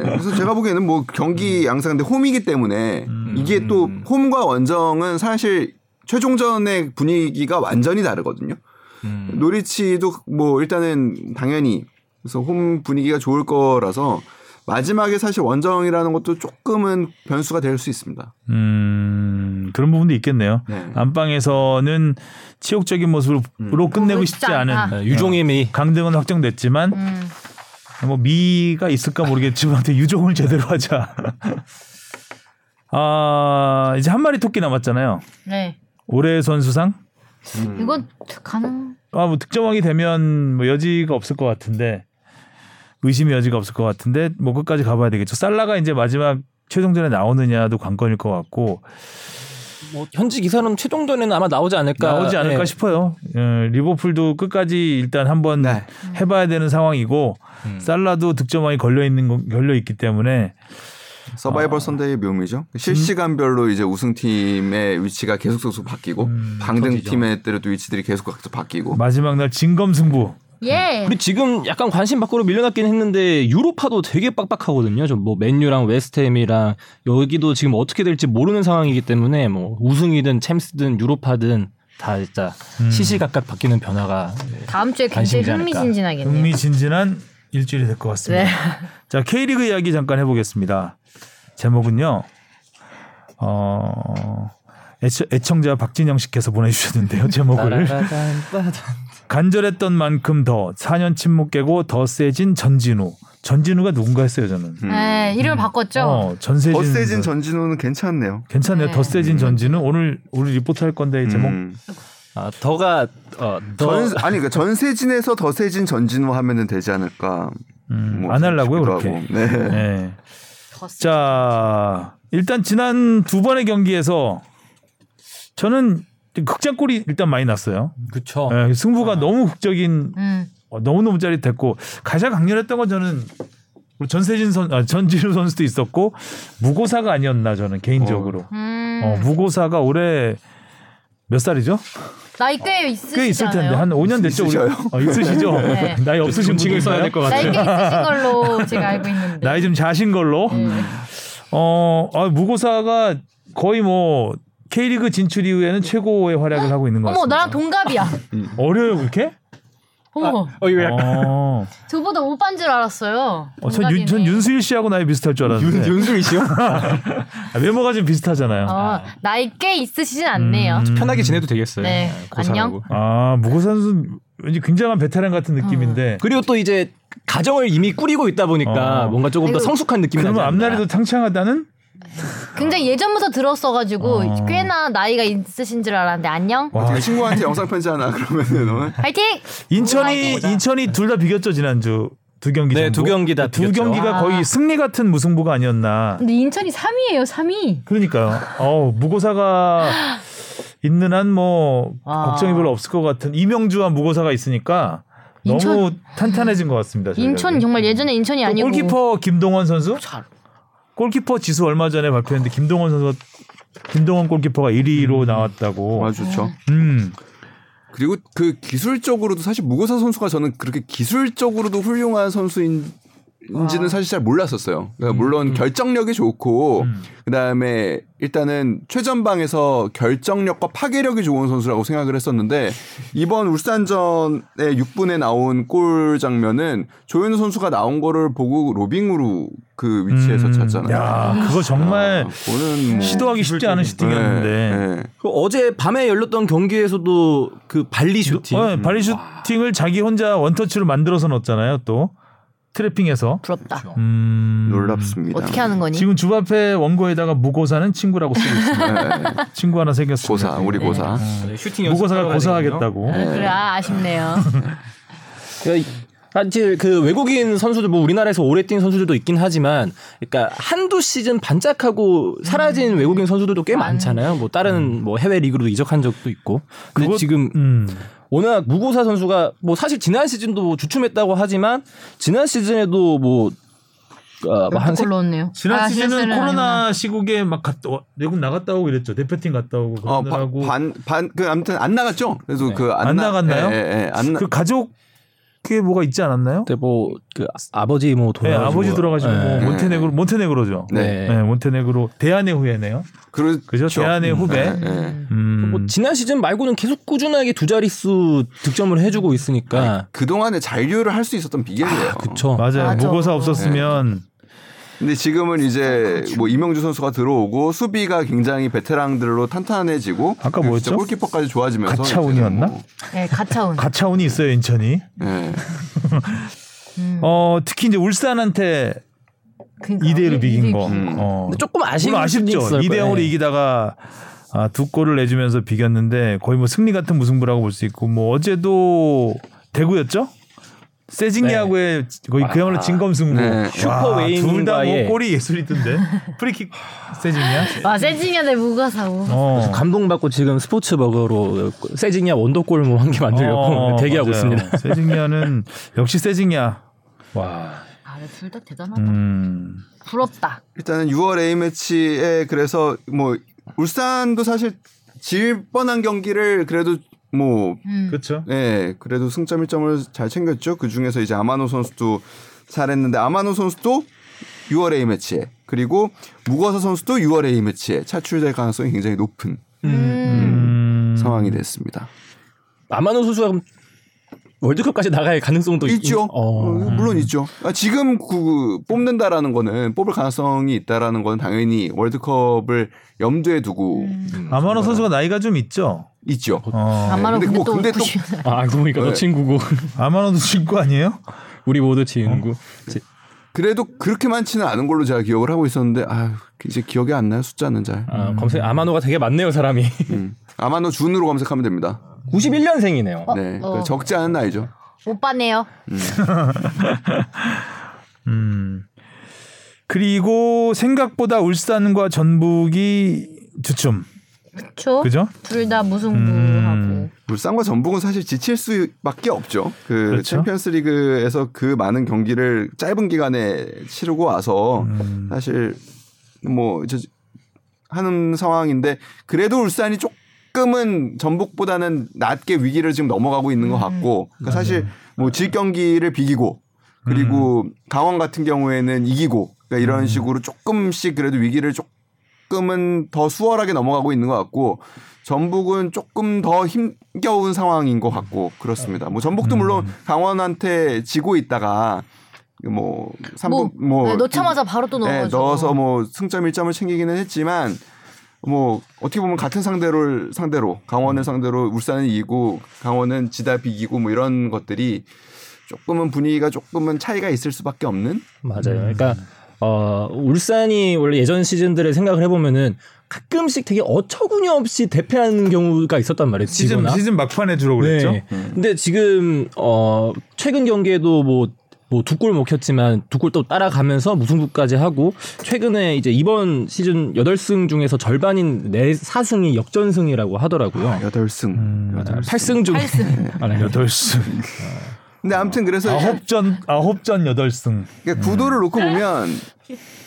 [SPEAKER 2] 그래서 제가 보기에는 뭐
[SPEAKER 3] 음.
[SPEAKER 2] 경기 양상 근데 홈이기 때문에 이게 또 홈과 원정은 사실 최종전의 분위기가 완전히 다르거든요.
[SPEAKER 4] 음.
[SPEAKER 2] 노리치도 뭐 일단은 당연히 그래서 홈 분위기가 좋을 거라서 마지막에 사실 원정이라는 것도 조금은 변수가 될 수 있습니다.
[SPEAKER 3] 음 그런 부분도 있겠네요.
[SPEAKER 2] 네. 음.
[SPEAKER 3] 안방에서는 치욕적인 모습으로 끝내고 싶지
[SPEAKER 1] 보고 싶지
[SPEAKER 3] 않은
[SPEAKER 1] 않다.
[SPEAKER 4] 네, 유종임이
[SPEAKER 3] 강등은 확정됐지만
[SPEAKER 1] 음.
[SPEAKER 3] 뭐 미가 있을까 모르겠지만 아무튼 유종을 제대로 하자. 아 이제 한 마리 토끼 남았잖아요.
[SPEAKER 1] 네.
[SPEAKER 3] 올해 선수상 음.
[SPEAKER 1] 이건 가능.
[SPEAKER 3] 아, 뭐 득점왕이 되면 뭐 여지가 없을 것 같은데 의심의 여지가 없을 것 같은데 뭐 끝까지 가봐야 되겠죠. 살라가 이제 마지막 최종전에 나오느냐도 관건일 것 같고
[SPEAKER 4] 뭐 현지 기사는 최종전에는 아마 나오지 않을까
[SPEAKER 3] 나오지 않을까
[SPEAKER 4] 예.
[SPEAKER 3] 싶어요. 예, 리버풀도 끝까지 일단 한번
[SPEAKER 2] 네.
[SPEAKER 3] 해봐야 되는 상황이고
[SPEAKER 4] 음.
[SPEAKER 3] 살라도 득점왕이 걸려 있는 거- 걸려 있기 때문에
[SPEAKER 2] 서바이벌 선데이의 묘미죠. 실시간별로 이제 우승팀의 위치가 계속 계속 바뀌고 방등팀의 때로 또 위치들이 계속 각자 바뀌고
[SPEAKER 3] 마지막 날 진검승부
[SPEAKER 1] 예.
[SPEAKER 4] 우리 지금 약간 관심 밖으로 밀려났긴 했는데 유로파도 되게 빡빡하거든요. 좀 뭐 맨유랑 웨스트햄이랑 여기도 지금 어떻게 될지 모르는 상황이기 때문에 뭐 우승이든 챔스든 유로파든 다 진짜 시시각각 바뀌는 변화가
[SPEAKER 1] 다음 주에 굉장히
[SPEAKER 4] 관심이지 않을까.
[SPEAKER 1] 흥미진진하겠네요.
[SPEAKER 3] 흥미진진한 일주일이 될 것 같습니다.
[SPEAKER 1] 예. 네.
[SPEAKER 3] 자 K리그 이야기 잠깐 해보겠습니다. 제목은요. 어, 애청, 자 박진영 씨께서 보내주셨는데요.
[SPEAKER 4] 어,
[SPEAKER 3] 제목을 간절했던 만큼 더 4년 침묵 깨고 더 세진 전진우. 전진우가 누군가 했어요 저는.
[SPEAKER 2] 음.
[SPEAKER 1] 네, 이름을 바꿨죠.
[SPEAKER 3] 어, 전세진.
[SPEAKER 2] 더 세진 전진우는 괜찮네요.
[SPEAKER 3] 괜찮네요.
[SPEAKER 1] 네.
[SPEAKER 3] 더 세진 전진우 오늘 우리 리포트 할 건데 제목.
[SPEAKER 2] 음.
[SPEAKER 4] 아, 더가 어, 더
[SPEAKER 2] 전 아니 그러니까 전세진에서 더 세진 전진우 하면은 되지 않을까.
[SPEAKER 3] 음,
[SPEAKER 2] 뭐
[SPEAKER 3] 안
[SPEAKER 2] 싶기도
[SPEAKER 3] 하려고요 그렇게.
[SPEAKER 2] 하고. 네.
[SPEAKER 3] 네.
[SPEAKER 1] 더 세-
[SPEAKER 3] 자 일단 지난 두 번의 경기에서 저는 극장골이 일단 많이 났어요.
[SPEAKER 4] 그쵸.
[SPEAKER 3] 예, 승부가 너무 극적인
[SPEAKER 1] 음.
[SPEAKER 3] 어, 너무너무 짜릿했고 가장 강렬했던 건 저는 우리 전세진 선 아, 전진우 선수도 있었고 무고사가 아니었나 저는 개인적으로
[SPEAKER 1] 음.
[SPEAKER 3] 어, 무고사가 올해 몇 살이죠?
[SPEAKER 1] 나이 꽤 있으시잖아요.
[SPEAKER 3] 꽤 있을 텐데 한 5년 됐죠. 우리?
[SPEAKER 2] 있으셔요?
[SPEAKER 3] 어, 있으시죠?
[SPEAKER 1] 네.
[SPEAKER 3] 나이 없으신
[SPEAKER 4] 칭을
[SPEAKER 3] 분이
[SPEAKER 4] 써야 될 것
[SPEAKER 1] 나이 꽤
[SPEAKER 4] 같아요.
[SPEAKER 1] 있으신 걸로 제가 알고 있는데.
[SPEAKER 3] 나이 음, 좀 자신 걸로.
[SPEAKER 1] 네.
[SPEAKER 3] 어, 아, 무고사가 거의 뭐 K리그 진출 이후에는 최고의 활약을 하고 있는 것
[SPEAKER 1] 어머,
[SPEAKER 3] 같습니다.
[SPEAKER 1] 나랑 동갑이야.
[SPEAKER 3] 어려요 그렇게?
[SPEAKER 1] 어머,
[SPEAKER 4] 어 이거 약간
[SPEAKER 3] 어,
[SPEAKER 1] 저보다 오빠인 줄 알았어요.
[SPEAKER 3] 어, 전,
[SPEAKER 1] 동갑이네.
[SPEAKER 3] 윤, 전 윤수일 씨하고 나이 비슷할 줄 알았는데
[SPEAKER 4] 윤수이 씨요?
[SPEAKER 3] 아, 외모가 좀 비슷하잖아요.
[SPEAKER 1] 어, 나이 꽤 있으시진 않네요.
[SPEAKER 3] 음.
[SPEAKER 4] 편하게 지내도 되겠어요.
[SPEAKER 1] 네,
[SPEAKER 4] 고사하고.
[SPEAKER 1] 안녕.
[SPEAKER 3] 아 무고사 선수 왠지 굉장한 베테랑 같은 느낌인데
[SPEAKER 1] 어.
[SPEAKER 4] 그리고 또 이제 가정을 이미 꾸리고 있다 보니까
[SPEAKER 3] 어.
[SPEAKER 4] 뭔가 조금 더
[SPEAKER 1] 아이고.
[SPEAKER 4] 성숙한 느낌이 나지
[SPEAKER 3] 그러면
[SPEAKER 4] 않나.
[SPEAKER 3] 앞날에도 탕창하다는
[SPEAKER 1] 굉장히 예전부터 들었어가지고
[SPEAKER 3] 어.
[SPEAKER 1] 꽤나 나이가 있으신 줄 알았는데 안녕.
[SPEAKER 3] 와
[SPEAKER 2] 어떻게 친구한테 영상 편지 하나 그러면은 오늘
[SPEAKER 1] 파이팅!
[SPEAKER 3] 인천이
[SPEAKER 1] 음.
[SPEAKER 3] 인천이 둘 다 비겼죠 지난주 두 경기
[SPEAKER 4] 네,
[SPEAKER 3] 전부?
[SPEAKER 4] 두 경기 다
[SPEAKER 3] 두
[SPEAKER 4] 비겼죠.
[SPEAKER 3] 경기가
[SPEAKER 1] 아.
[SPEAKER 3] 거의 승리 같은 무승부가 아니었나
[SPEAKER 1] 근데 인천이 3위예요, 3위.
[SPEAKER 3] 그러니까요 어 무고사가 있는 한 뭐
[SPEAKER 1] 와.
[SPEAKER 3] 걱정이 별로 없을 것 같은 이명주와 무고사가 있으니까 너무
[SPEAKER 1] 인천-
[SPEAKER 3] 탄탄해진 것 같습니다 저희가.
[SPEAKER 1] 인천 정말 예전에 인천이
[SPEAKER 3] 또
[SPEAKER 1] 아니고
[SPEAKER 3] 골키퍼 김동원 선수
[SPEAKER 1] 잘-
[SPEAKER 3] 골키퍼 지수 얼마 전에 발표했는데 김동원 선수 김동원 골키퍼가
[SPEAKER 1] 음.
[SPEAKER 3] 1위로 나왔다고.
[SPEAKER 2] 아 좋죠.
[SPEAKER 3] 음.
[SPEAKER 2] 그리고 그 기술적으로도 사실 무고사 선수가 저는 그렇게 기술적으로도 훌륭한 선수인
[SPEAKER 3] 아.
[SPEAKER 2] 인지는 사실 잘 몰랐었어요.
[SPEAKER 3] 음,
[SPEAKER 2] 그러니까 물론 결정력이 좋고 그다음에 일단은 최전방에서 결정력과 파괴력이 좋은 선수라고 생각을 했었는데 이번 울산전의 6분에 나온 골 장면은 조현우 선수가 나온 거를 보고 로빙으로 그 위치에서
[SPEAKER 3] 음.
[SPEAKER 2] 찼잖아요.
[SPEAKER 3] 야, 그거
[SPEAKER 2] 아,
[SPEAKER 3] 정말
[SPEAKER 2] 그거는 뭐-
[SPEAKER 3] 시도하기 쉽지 않은 슈팅이었는데.
[SPEAKER 2] 네, 네.
[SPEAKER 4] 그 어제 밤에 열렸던 경기에서도 그 발리 슈팅.
[SPEAKER 3] 어, 발리 슈팅을 자기 혼자 원터치로 만들어서 넣었잖아요. 또 트래핑에서.
[SPEAKER 1] 부럽다.
[SPEAKER 3] 음.
[SPEAKER 2] 놀랍습니다.
[SPEAKER 1] 어떻게 하는 거니?
[SPEAKER 3] 지금 주바페 원고에다가 무고사는 친구라고 쓰고 있습니다.
[SPEAKER 2] 네.
[SPEAKER 3] 친구 하나 생겼습니다.
[SPEAKER 2] 고사, 우리 고사.
[SPEAKER 1] 네.
[SPEAKER 4] 아, 네, 슈팅
[SPEAKER 3] 무고사가 고사하겠다고.
[SPEAKER 2] 네.
[SPEAKER 1] 아, 그래, 아, 아쉽네요.
[SPEAKER 4] 사실 그 외국인 선수들 뭐 우리나라에서 오래 뛴 선수들도 있긴 하지만 그러니까 한두 시즌 반짝하고
[SPEAKER 3] 음.
[SPEAKER 4] 사라진 외국인 선수들도 꽤 많잖아요. 뭐 다른 뭐 해외 리그로 이적한 적도 있고. 근데
[SPEAKER 3] 그거-
[SPEAKER 4] 지금
[SPEAKER 3] 음.
[SPEAKER 4] 워낙 무고사 선수가 뭐 사실 지난 시즌도 주춤했다고 하지만 지난 시즌에도 뭐 어, 뭐한 세-
[SPEAKER 1] 골 넣었네요.
[SPEAKER 3] 지난
[SPEAKER 1] 아,
[SPEAKER 3] 시즌은
[SPEAKER 1] 시즌은
[SPEAKER 3] 코로나
[SPEAKER 1] 아니구나.
[SPEAKER 3] 시국에 막 갔다 와- 외국 나갔다 오고 이랬죠. 대표팀 갔다 오고
[SPEAKER 2] 어,
[SPEAKER 3] 그러느라고 네.
[SPEAKER 2] 반, 반, 그, 아무튼 안 나갔죠? 그래서 그,
[SPEAKER 3] 안
[SPEAKER 2] 나-
[SPEAKER 3] 나갔나요?
[SPEAKER 2] 예, 예, 예, 안 나, 네.
[SPEAKER 3] 그 가족에 뭐가 있지 않았나요?
[SPEAKER 4] 그때 뭐그 아버지 뭐
[SPEAKER 3] 네,
[SPEAKER 4] 돌아가시고
[SPEAKER 3] 아버지 돌아가시고
[SPEAKER 4] 네.
[SPEAKER 3] 뭐 몬테네그로 몬테네그로죠. 네.
[SPEAKER 2] 네.
[SPEAKER 3] 몬테네그로 대한의 후예네요.
[SPEAKER 2] 그,
[SPEAKER 3] 그죠? 대한의 후배.
[SPEAKER 1] 네.
[SPEAKER 2] 예, 예.
[SPEAKER 3] 음.
[SPEAKER 4] 뭐 지난 시즌 말고는 계속 꾸준하게 두 자릿수 득점을 해주고
[SPEAKER 3] 네.
[SPEAKER 4] 있으니까
[SPEAKER 2] 그동안에 잔류를 할 수 있었던 비결이에요.
[SPEAKER 4] 그쵸
[SPEAKER 3] 맞아요.
[SPEAKER 1] 맞아. 네.
[SPEAKER 3] 무고사 없었으면
[SPEAKER 2] 근데 지금은 이제
[SPEAKER 3] 그렇죠.
[SPEAKER 2] 뭐 이명주 선수가 들어오고 수비가 굉장히 베테랑들로 탄탄해지고
[SPEAKER 3] 아까 뭐였죠?
[SPEAKER 2] 진짜 골키퍼까지 좋아지면서
[SPEAKER 3] 가차운이었나?
[SPEAKER 2] 이제는 뭐,
[SPEAKER 1] 네, 가차운.
[SPEAKER 3] 가차운이 있어요 인천이.
[SPEAKER 2] 예.
[SPEAKER 1] 음.
[SPEAKER 3] 어, 특히 이제 울산한테
[SPEAKER 1] 그러니까
[SPEAKER 3] 2대 1로 비긴 거.
[SPEAKER 2] 비긴 거.
[SPEAKER 3] 어.
[SPEAKER 4] 근데 조금 아쉬운
[SPEAKER 3] 물론
[SPEAKER 4] 수준이
[SPEAKER 3] 아쉽죠.
[SPEAKER 4] 있을
[SPEAKER 3] 2대
[SPEAKER 4] 거예요.
[SPEAKER 3] 0으로
[SPEAKER 4] 예.
[SPEAKER 3] 이기다가 아, 두 골을 내주면서 비겼는데 거의 뭐 승리 같은 무승부라고 볼 수 있고 뭐 어제도 대구였죠? 세징야구의 거의 그야말로 진검승부.
[SPEAKER 2] 네.
[SPEAKER 4] 네. 아. 슈퍼웨인과의-
[SPEAKER 3] 둘다뭐 골이 예술이던데. 프리킥 세징야.
[SPEAKER 1] 와 아, 세징야 내 무가사고.
[SPEAKER 3] 어.
[SPEAKER 4] 감동받고 지금 스포츠버거로 세징야 원더골 뭐 한 개 만들려고
[SPEAKER 3] 어,
[SPEAKER 4] 대기하고
[SPEAKER 3] 맞아요.
[SPEAKER 4] 있습니다.
[SPEAKER 3] 세징야는 역시 세징야.
[SPEAKER 4] 와.
[SPEAKER 1] 아, 둘 다 대단하다.
[SPEAKER 3] 음.
[SPEAKER 1] 부럽다.
[SPEAKER 2] 일단은 6월 A 매치에 그래서 뭐 울산도 사실 질 뻔한 경기를 그래도 뭐
[SPEAKER 1] 음.
[SPEAKER 3] 그렇죠.
[SPEAKER 2] 네, 그래도 승점 1점을 잘 챙겼죠. 그 중에서 이제 아마노 선수도 잘했는데 아마노 선수도 6월 A 매치에 그리고 무거사 선수도 6월 A 매치에 차출될 가능성이 굉장히 높은
[SPEAKER 1] 음.
[SPEAKER 3] 음.
[SPEAKER 2] 상황이 됐습니다.
[SPEAKER 4] 아마노 선수가 그럼 월드컵까지 나갈 가능성도 있-
[SPEAKER 2] 있죠.
[SPEAKER 4] 어.
[SPEAKER 2] 어, 물론 있죠. 아, 지금 그 뽑는다라는 거는 뽑을 가능성이 있다라는 건 당연히 월드컵을 염두에 두고
[SPEAKER 3] 아마노 선수가 나이가 좀 있죠.
[SPEAKER 2] 있죠.
[SPEAKER 3] 어.
[SPEAKER 1] 아마도
[SPEAKER 2] 근데
[SPEAKER 1] 근데,
[SPEAKER 2] 뭐-
[SPEAKER 1] 또
[SPEAKER 2] 근데 또-
[SPEAKER 1] 웃고
[SPEAKER 4] 아, 알고 보니까 너
[SPEAKER 2] 네.
[SPEAKER 4] 친구고
[SPEAKER 3] 아마노도 친구 아니에요?
[SPEAKER 4] 우리 모두
[SPEAKER 3] 어.
[SPEAKER 4] 친구. 제-
[SPEAKER 2] 그래도 그렇게 많지는 않은 걸로 제가 기억을 하고 있었는데 아 이제 기억이 안 나요 숫자는 잘.
[SPEAKER 4] 아, 검색 아마노가 되게 많네요, 사람이.
[SPEAKER 2] 음. 아마노 준으로 검색하면 됩니다.
[SPEAKER 4] 91년생이네요.
[SPEAKER 1] 어,
[SPEAKER 2] 네,
[SPEAKER 1] 어.
[SPEAKER 2] 적지 않은 나이죠.
[SPEAKER 1] 오빠네요.
[SPEAKER 3] 음. 그리고 생각보다 울산과 전북이 주춤.
[SPEAKER 1] 그쵸?
[SPEAKER 3] 그죠? 음.
[SPEAKER 1] 둘 다 무승부하고.
[SPEAKER 2] 울산과 전북은 사실 지칠 수밖에 없죠. 그
[SPEAKER 3] 그렇죠.
[SPEAKER 2] 챔피언스리그에서 그 많은 경기를 짧은 기간에 치르고 와서
[SPEAKER 3] 음.
[SPEAKER 2] 사실 뭐 이제 하는 상황인데 그래도 울산이 조금은 전북보다는 낮게 위기를 지금 넘어가고 있는 것
[SPEAKER 1] 음.
[SPEAKER 2] 같고 그러니까 사실 뭐 질 경기를 비기고 그리고 강원 같은 경우에는 이기고 그러니까 이런 식으로 조금씩 그래도 위기를 조금은 더 수월하게 넘어가고 있는 것 같고 전북은 조금 더 힘겨운 상황인 것 같고 그렇습니다. 뭐 전북도 물론 강원한테 지고 있다가 뭐
[SPEAKER 1] 뭐,
[SPEAKER 2] 삼부
[SPEAKER 1] 네,
[SPEAKER 2] 뭐
[SPEAKER 1] 넣자마자 바로 또
[SPEAKER 2] 네,
[SPEAKER 1] 넣어가지고.
[SPEAKER 2] 넣어서 뭐 승점 1점을 챙기기는 했지만 뭐 어떻게 보면 같은 상대를 상대로 강원을 상대로 울산은 이기고 강원은 지다 비기고 뭐 이런 것들이 조금은 분위기가 조금은 차이가 있을 수밖에 없는
[SPEAKER 4] 맞아요. 그러니까
[SPEAKER 3] 음.
[SPEAKER 4] 어, 울산이 원래 예전 시즌들을 생각을 해보면은 가끔씩 되게 어처구니없이 대패하는 경우가 있었단 말이에요.
[SPEAKER 3] 시즌
[SPEAKER 4] 지거나.
[SPEAKER 3] 시즌 막판에 주로 그랬죠.
[SPEAKER 4] 네. 근데 지금 어, 최근 경기에도 뭐 뭐 두 골 먹혔지만 두 골 또 따라가면서 무승부까지 하고 최근에 이제 이번 시즌 8승 중에서 절반인 네 4승이 역전승이라고 하더라고요.
[SPEAKER 2] 여덟 승 여덟 승
[SPEAKER 4] 8승 중 아, 네.
[SPEAKER 3] 여덟 승.
[SPEAKER 2] 근데 아무튼 그래서
[SPEAKER 3] 아홉 전 아홉 전 여덟 승.
[SPEAKER 2] 그러니까 구도를 놓고 보면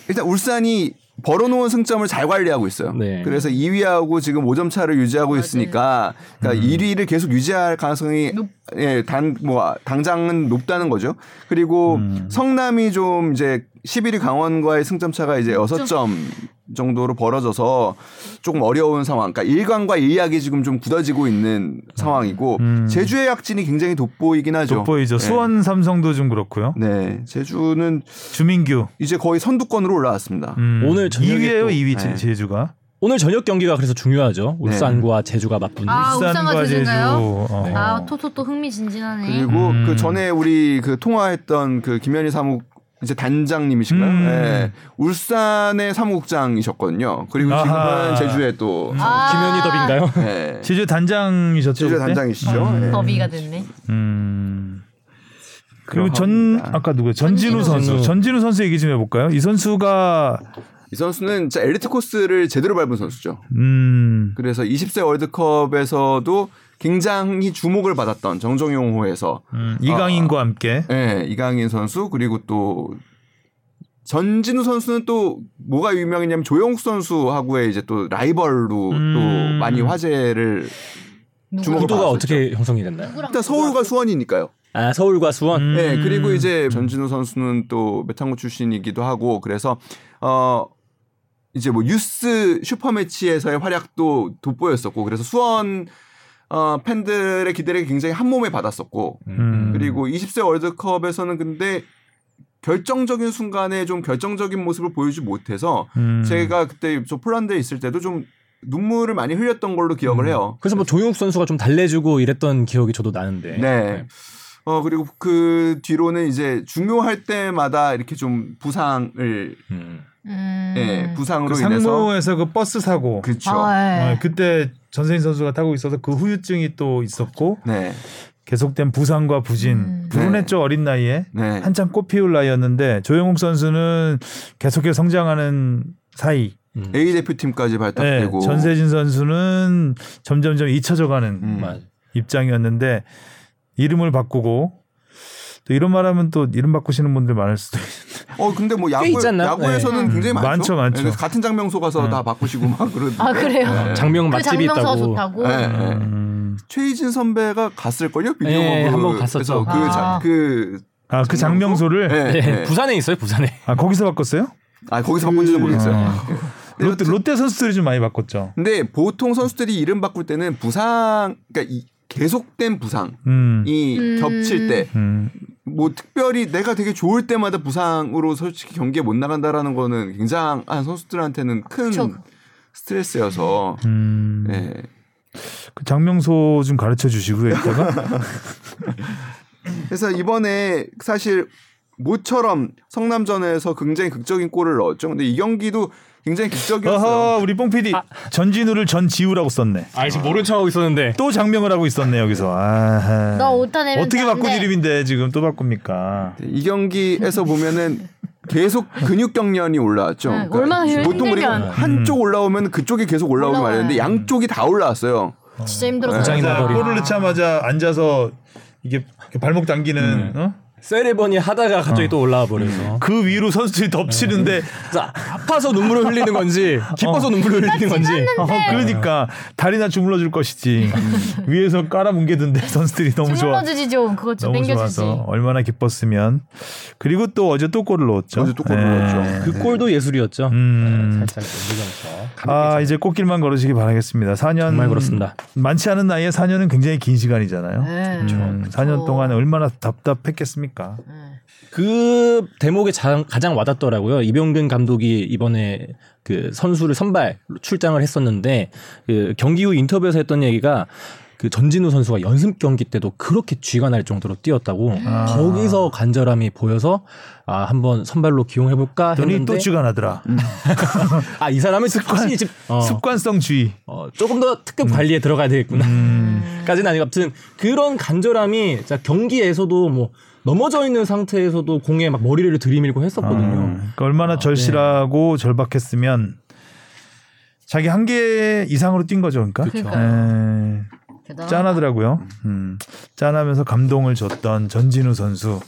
[SPEAKER 2] 일단 울산이 벌어놓은 승점을 잘 관리하고 있어요.
[SPEAKER 4] 네.
[SPEAKER 2] 그래서 2위하고 지금 5점 차를 유지하고 있으니까
[SPEAKER 3] 음.
[SPEAKER 2] 그러니까 1위를 계속 유지할 가능성이 예, 단 뭐 당장은 높다는 거죠. 그리고
[SPEAKER 3] 음.
[SPEAKER 2] 성남이 좀 이제 11위 강원과의 승점 차가 이제 6점 정도로 벌어져서 조금 어려운 상황. 그러니까 일강과 일약이 지금 좀 굳어지고 있는 상황이고 제주의 약진이 굉장히 돋보이긴 하죠.
[SPEAKER 3] 음. 돋보이죠.
[SPEAKER 2] 예.
[SPEAKER 3] 수원 삼성도 좀 그렇고요.
[SPEAKER 2] 네, 제주는
[SPEAKER 3] 주민규.
[SPEAKER 2] 이제 거의 선두권으로 올라왔습니다.
[SPEAKER 3] 음.
[SPEAKER 4] 오늘 저녁에
[SPEAKER 3] 2위예요.
[SPEAKER 4] 또-
[SPEAKER 3] 2위
[SPEAKER 2] 네.
[SPEAKER 3] 제주가.
[SPEAKER 4] 오늘 저녁 경기가 그래서 중요하죠. 울산과 제주가 맞붙는.
[SPEAKER 1] 아, 울산과 제주인가요?
[SPEAKER 3] 어.
[SPEAKER 1] 아, 토토 또 흥미진진하네.
[SPEAKER 2] 그리고
[SPEAKER 3] 음.
[SPEAKER 2] 그 전에 우리 그 통화했던 그 김현희 사무 이제 단장님이신가요?
[SPEAKER 3] 음.
[SPEAKER 2] 예. 울산의 사무국장이셨거든요. 그리고 지금은
[SPEAKER 3] 아하. 음.
[SPEAKER 2] 제주의 또
[SPEAKER 1] 아.
[SPEAKER 4] 김현희 더비인가요?
[SPEAKER 2] 예.
[SPEAKER 3] 제주 단장이셨죠.
[SPEAKER 2] 제주
[SPEAKER 3] 그때?
[SPEAKER 2] 단장이시죠. 예.
[SPEAKER 1] 더비가 됐네.
[SPEAKER 3] 음. 그리고 전
[SPEAKER 2] 그렇습니다.
[SPEAKER 3] 아까 누구야? 전진우
[SPEAKER 1] 전진우
[SPEAKER 3] 선수.
[SPEAKER 4] 선수.
[SPEAKER 3] 전진우 선수 얘기 좀 해볼까요? 이 선수가
[SPEAKER 2] 이 선수는 진짜 엘리트 코스를 제대로 밟은 선수죠.
[SPEAKER 3] 음.
[SPEAKER 2] 그래서 20세 월드컵에서도 굉장히 주목을 받았던 정종용호에서
[SPEAKER 3] 음, 이강인과 함께
[SPEAKER 2] 예, 이강인 선수 그리고 또 전진우 선수는 또 뭐가 유명했냐면 조영욱 선수하고의 이제 또 라이벌로
[SPEAKER 3] 음.
[SPEAKER 2] 또 많이 화제를 주목을
[SPEAKER 4] 구도가
[SPEAKER 2] 받았어요.
[SPEAKER 4] 어떻게 형성이 됐나요?
[SPEAKER 1] 누구랑
[SPEAKER 2] 일단 서울과 수원이니까요.
[SPEAKER 4] 아 서울과 수원.
[SPEAKER 3] 음.
[SPEAKER 2] 예, 그리고 이제 전진우 선수는 또 메탄고 출신이기도 하고 그래서 어 이제 뭐 유스 슈퍼매치에서의 활약도 돋보였었고 그래서 수원 어 팬들의 기대를 굉장히 한 몸에 받았었고
[SPEAKER 3] 음.
[SPEAKER 2] 그리고 20세 월드컵에서는 근데 결정적인 순간에 좀 결정적인 모습을 보여주지 못해서
[SPEAKER 3] 음.
[SPEAKER 2] 제가 그때 저 폴란드에 있을 때도 좀 눈물을 많이
[SPEAKER 3] 음.
[SPEAKER 2] 흘렸던 걸로 기억을 해요.
[SPEAKER 4] 그래서 뭐 조용욱 선수가 좀 달래주고 이랬던 기억이 저도 나는데.
[SPEAKER 2] 네. 어 그리고 그 뒤로는 이제 중요할 때마다 이렇게 좀 부상을
[SPEAKER 4] 음.
[SPEAKER 1] 음.
[SPEAKER 2] 예, 부상으로
[SPEAKER 3] 그
[SPEAKER 2] 인해서
[SPEAKER 3] 상무에서 그 버스 사고
[SPEAKER 2] 그렇죠.
[SPEAKER 1] 아,
[SPEAKER 3] 어,
[SPEAKER 1] 예.
[SPEAKER 3] 그때 전세인 선수가 타고 있어서 그 후유증이 또 있었고
[SPEAKER 2] 네.
[SPEAKER 3] 계속된 부상과 부진
[SPEAKER 1] 음.
[SPEAKER 3] 불운했죠 어린 나이에
[SPEAKER 2] 네.
[SPEAKER 3] 한참 꽃피울 나이였는데 조영욱 선수는 계속해서 성장하는 사이
[SPEAKER 4] 음.
[SPEAKER 2] A 대표팀까지
[SPEAKER 3] 예,
[SPEAKER 2] 발탁되고
[SPEAKER 3] 전세진 선수는 점점점 잊혀져가는
[SPEAKER 2] 음.
[SPEAKER 4] 맞아.
[SPEAKER 3] 입장이었는데 이름을 바꾸고 또 이런 말하면 또 이름 바꾸시는 분들 많을 수도 있는데
[SPEAKER 2] 어 근데 뭐 야구
[SPEAKER 4] 꽤 있지 않나요?
[SPEAKER 2] 야구에서는
[SPEAKER 1] 네.
[SPEAKER 2] 굉장히
[SPEAKER 3] 음,
[SPEAKER 2] 많죠.
[SPEAKER 3] 많죠, 많죠.
[SPEAKER 2] 예, 그래서 같은 장명소 가서
[SPEAKER 3] 네.
[SPEAKER 2] 다 바꾸시고 막 그런.
[SPEAKER 1] 아, 그래요?
[SPEAKER 3] 어.
[SPEAKER 2] 예.
[SPEAKER 4] 장명
[SPEAKER 1] 그
[SPEAKER 4] 맛집이
[SPEAKER 1] 장명서가
[SPEAKER 4] 있다고.
[SPEAKER 1] 좋다고.
[SPEAKER 2] 예, 예.
[SPEAKER 3] 음.
[SPEAKER 2] 최희진 선배가 갔을 걸요 비디오
[SPEAKER 4] 예,
[SPEAKER 2] 그-
[SPEAKER 4] 한번
[SPEAKER 2] 그래서
[SPEAKER 4] 갔었죠.
[SPEAKER 1] 아.
[SPEAKER 2] 그 자-
[SPEAKER 3] 아그
[SPEAKER 2] 장명소?
[SPEAKER 3] 장명소를
[SPEAKER 2] 그 예,
[SPEAKER 4] 네,
[SPEAKER 2] 예.
[SPEAKER 4] 부산에 음. 있어요, 부산에.
[SPEAKER 3] 아 거기서 바꿨어요?
[SPEAKER 2] 아 거기서 바꾼지는 모르겠어요.
[SPEAKER 4] 네.
[SPEAKER 3] 아.
[SPEAKER 2] 예.
[SPEAKER 3] 롯데, 롯데 선수들이 좀 많이 바꿨죠.
[SPEAKER 2] 근데 보통 선수들이 이름 바꿀 때는 부상, 그러니까 이 계속된 부상이
[SPEAKER 3] 음.
[SPEAKER 1] 음.
[SPEAKER 2] 겹칠 때,
[SPEAKER 3] 음.
[SPEAKER 2] 뭐 특별히 내가 되게 좋을 때마다 부상으로 솔직히 경기에 못 나간다라는 거는 굉장한 선수들한테는 큰
[SPEAKER 1] 아, 그쵸.
[SPEAKER 2] 스트레스여서,
[SPEAKER 3] 음.
[SPEAKER 2] 예.
[SPEAKER 3] 그 장명소 좀 가르쳐 주시고요. 이따가
[SPEAKER 2] 그래서 이번에 사실 모처럼 성남전에서 굉장히 극적인 골을 넣었죠. 근데 이 경기도 굉장히 극적이었어요.
[SPEAKER 3] 어허 우리 뽕 PD 전진우를 전지우라고 썼네.
[SPEAKER 4] 아, 지금 모른 척하고 있었는데.
[SPEAKER 3] 또 장명을 하고 있었네 여기서. 아하.
[SPEAKER 1] 나 오타 내면
[SPEAKER 3] 어떻게
[SPEAKER 1] 안
[SPEAKER 3] 바꾼
[SPEAKER 1] 돼.
[SPEAKER 3] 이름인데 지금 또 바꿉니까?
[SPEAKER 2] 네, 이 경기에서 보면은 계속 근육 경련이 올라왔죠. 그러니까
[SPEAKER 1] 응, 얼마나 힘-
[SPEAKER 2] 보통 우리가
[SPEAKER 1] 힘들면. 음.
[SPEAKER 2] 한쪽 올라오면 그쪽이 계속 올라오는
[SPEAKER 1] 올라와요.
[SPEAKER 2] 말이었는데 양쪽이 다 올라왔어요.
[SPEAKER 1] 진짜 힘들었어.
[SPEAKER 4] 고장이
[SPEAKER 3] 자,
[SPEAKER 4] 나버린.
[SPEAKER 1] 아.
[SPEAKER 3] 골을 넣자마자 앉아서 이게 발목 당기는 어?
[SPEAKER 4] 세레머니 하다가 갑자기 또 올라와 버려서.
[SPEAKER 3] 그 위로 선수들이 덮치는데
[SPEAKER 4] 자, 아파서 눈물을 흘리는 건지, 기뻐서 눈물을 흘리는 건지.
[SPEAKER 3] 어, 그러니까 다리나 주물러 줄 것이지 위에서 깔아 뭉개던데 선수들이 너무 좋아
[SPEAKER 1] 주물러주지 음. 좀 그것 좀
[SPEAKER 3] 너무
[SPEAKER 1] 땡겨주지.
[SPEAKER 3] 좋아서 얼마나 기뻤으면 그리고 또 어제 또 골을 넣었죠.
[SPEAKER 2] 어제 또 골을
[SPEAKER 3] 예.
[SPEAKER 2] 넣었죠.
[SPEAKER 4] 그 골도 예술이었죠.
[SPEAKER 3] 음.
[SPEAKER 4] 네, 살짝 무리감서.
[SPEAKER 3] 아 이제 꽃길만 걸으시기 바라겠습니다. 4년
[SPEAKER 4] 정말 그렇습니다.
[SPEAKER 3] 많지 않은 나이에 4년은 굉장히 긴 시간이잖아요.
[SPEAKER 1] 네.
[SPEAKER 4] 그렇죠.
[SPEAKER 3] 음, 4년 동안 얼마나 답답했겠습니까?
[SPEAKER 4] 그 대목에 자- 가장 와닿더라고요. 이병근 감독이 이번에 그 선수를 선발 출장을 했었는데 그 경기 후 인터뷰에서 했던 얘기가 그 전진우 선수가 연습 경기 때도 그렇게 쥐가 날 정도로 뛰었다고 거기서 간절함이 보여서 아 한번 선발로 기용해 볼까
[SPEAKER 3] 눈이 또
[SPEAKER 4] 했는데
[SPEAKER 3] 쥐가 나더라.
[SPEAKER 4] 아 이 사람은 습관이 집 어,
[SPEAKER 3] 습관성 주의.
[SPEAKER 4] 어, 조금 더 특급 관리에 들어가야 되겠구나. 까지는 아니고 아무튼 그런 간절함이 자 경기에서도 뭐 넘어져 있는 상태에서도 공에 막 머리를 들이밀고 했었거든요.
[SPEAKER 3] 그러니까
[SPEAKER 4] 아, 네.
[SPEAKER 3] 얼마나 절실하고 절박했으면 자기 한계 이상으로 뛴 거죠, 그러니까.
[SPEAKER 1] 그러니까요.
[SPEAKER 3] 에, 짠하더라고요. 음, 짠하면서 감동을 줬던 전진우 선수.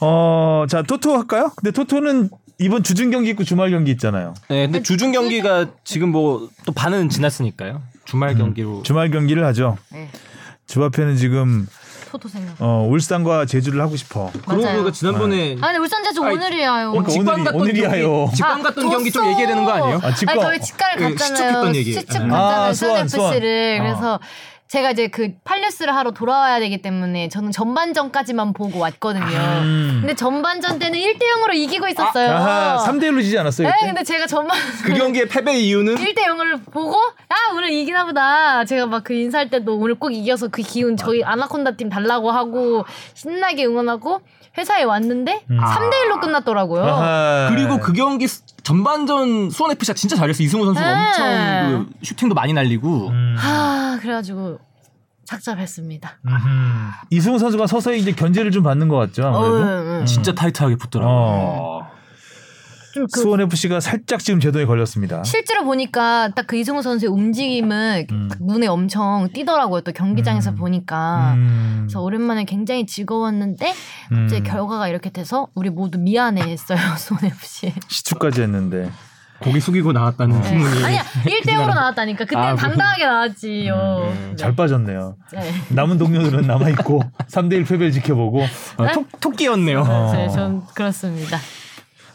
[SPEAKER 3] 어, 자 토토 할까요? 근데 토토는 이번 주중 경기 있고 주말 경기 있잖아요.
[SPEAKER 4] 네, 근데 주중 경기가
[SPEAKER 1] 그러니까.
[SPEAKER 4] 지금 뭐 또 반은 지났으니까요. 음. 주말 경기로
[SPEAKER 3] 주말 경기를 하죠.
[SPEAKER 1] 네.
[SPEAKER 3] 주바페는 지금
[SPEAKER 1] 토토 생각.
[SPEAKER 3] 어, 울산과 제주를 하고 싶어.
[SPEAKER 1] 맞아요.
[SPEAKER 4] 그러고 보 지난번에
[SPEAKER 1] 아 근데 울산자주
[SPEAKER 4] 아이,
[SPEAKER 1] 오늘이에요.
[SPEAKER 4] 어, 직관
[SPEAKER 3] 오늘이-
[SPEAKER 4] 갔던
[SPEAKER 3] 오늘이야요.
[SPEAKER 4] 경기, 직관
[SPEAKER 1] 아,
[SPEAKER 4] 갔던 경기 좀
[SPEAKER 1] 졌어.
[SPEAKER 4] 얘기해야 되는 거 아니에요?
[SPEAKER 3] 아, 직관.
[SPEAKER 1] 아니, 저희 직관을
[SPEAKER 4] 그 시축했던
[SPEAKER 1] 갔잖아요.
[SPEAKER 4] 얘기.
[SPEAKER 1] 시축
[SPEAKER 4] 아,
[SPEAKER 1] 갔잖아요.
[SPEAKER 3] 수원,
[SPEAKER 1] FC를
[SPEAKER 3] 수원. 어.
[SPEAKER 1] 그래서 제가 이제 그 팔레스를 하러 돌아와야 되기 때문에 저는 전반전까지만 보고 왔거든요. 근데 전반전 때는 1대 0으로 이기고 있었어요.
[SPEAKER 3] 아. 음. 아하, 3대 1로 지지 않았어요?
[SPEAKER 1] 네,
[SPEAKER 3] 그때?
[SPEAKER 1] 근데 제가 전반
[SPEAKER 4] 그 경기의 패배 이유는
[SPEAKER 1] 1대 0을 보고 아 오늘 이기나 보다. 제가 막 그 인사할 때도 오늘 꼭 이겨서 그 기운 저희 아나콘다 팀 달라고 하고 신나게 응원하고 회사에 왔는데 3대 1로 끝났더라고요.
[SPEAKER 3] 음. 아. 아하.
[SPEAKER 4] 그리고 그 경기 스- 전반전 수원 FC가 진짜 잘했어. 이승우 선수가
[SPEAKER 1] 네.
[SPEAKER 4] 엄청 그 슈팅도 많이 날리고
[SPEAKER 1] 아 그래가지고 착잡했습니다.
[SPEAKER 3] 음흠. 이승우 선수가 서서히 이제 견제를 좀 받는 것 같죠. 아무래도.
[SPEAKER 1] 어, 응.
[SPEAKER 4] 진짜 타이트하게 붙더라고.
[SPEAKER 3] 어.
[SPEAKER 4] 요
[SPEAKER 1] 좀 그-
[SPEAKER 3] 수원 FC가 살짝 지금 제도에 걸렸습니다.
[SPEAKER 1] 실제로 보니까 딱 그 이승우 선수의 움직임은
[SPEAKER 3] 음.
[SPEAKER 1] 그 눈에 엄청 띄더라고요. 또 경기장에서 보니까.
[SPEAKER 3] 음.
[SPEAKER 1] 그래서 오랜만에 굉장히 즐거웠는데
[SPEAKER 3] 음.
[SPEAKER 1] 이제 결과가 이렇게 돼서 우리 모두 미안해했어요. 손 FC.
[SPEAKER 3] 시추까지 했는데
[SPEAKER 4] 고개 숙이고 나왔다는
[SPEAKER 1] 네.
[SPEAKER 4] 소문이.
[SPEAKER 1] 아니야 1대0으로 나왔다니까 그때는
[SPEAKER 4] 음. 아,
[SPEAKER 1] 당당하게 나왔지요. 네.
[SPEAKER 3] 음, 잘 빠졌네요.
[SPEAKER 1] 네.
[SPEAKER 3] 남은 동료들은 남아 있고 3대 1 패배를 지켜보고
[SPEAKER 4] 어, 토, 토끼였네요.
[SPEAKER 1] 네, 전 그렇습니다.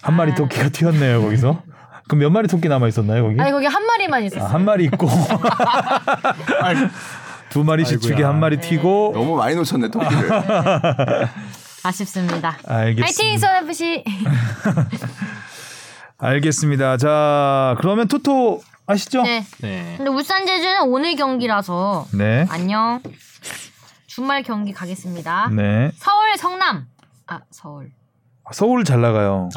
[SPEAKER 3] 한 마리 토끼가 튀었네요 거기서. 그럼 몇 마리 토끼 남아 있었나요 거기?
[SPEAKER 1] 아. 아니 거기 한 마리만
[SPEAKER 3] 아,
[SPEAKER 1] 있었어요.
[SPEAKER 3] 한 마리 있고 두 마리 시축에 한 마리 튀고
[SPEAKER 2] 너무 많이 놓쳤네 토끼를.
[SPEAKER 1] 아쉽습니다. 파이팅
[SPEAKER 3] 알겠습니다.
[SPEAKER 1] 손 FC.
[SPEAKER 3] 알겠습니다. 자 그러면 토토 아시죠?
[SPEAKER 1] 네.
[SPEAKER 4] 네.
[SPEAKER 1] 근데 울산 제주는 오늘 경기라서
[SPEAKER 3] 네.
[SPEAKER 1] 안녕. 주말 경기 가겠습니다.
[SPEAKER 3] 네.
[SPEAKER 1] 서울 성남 아 서울
[SPEAKER 3] 서울 잘 나가요.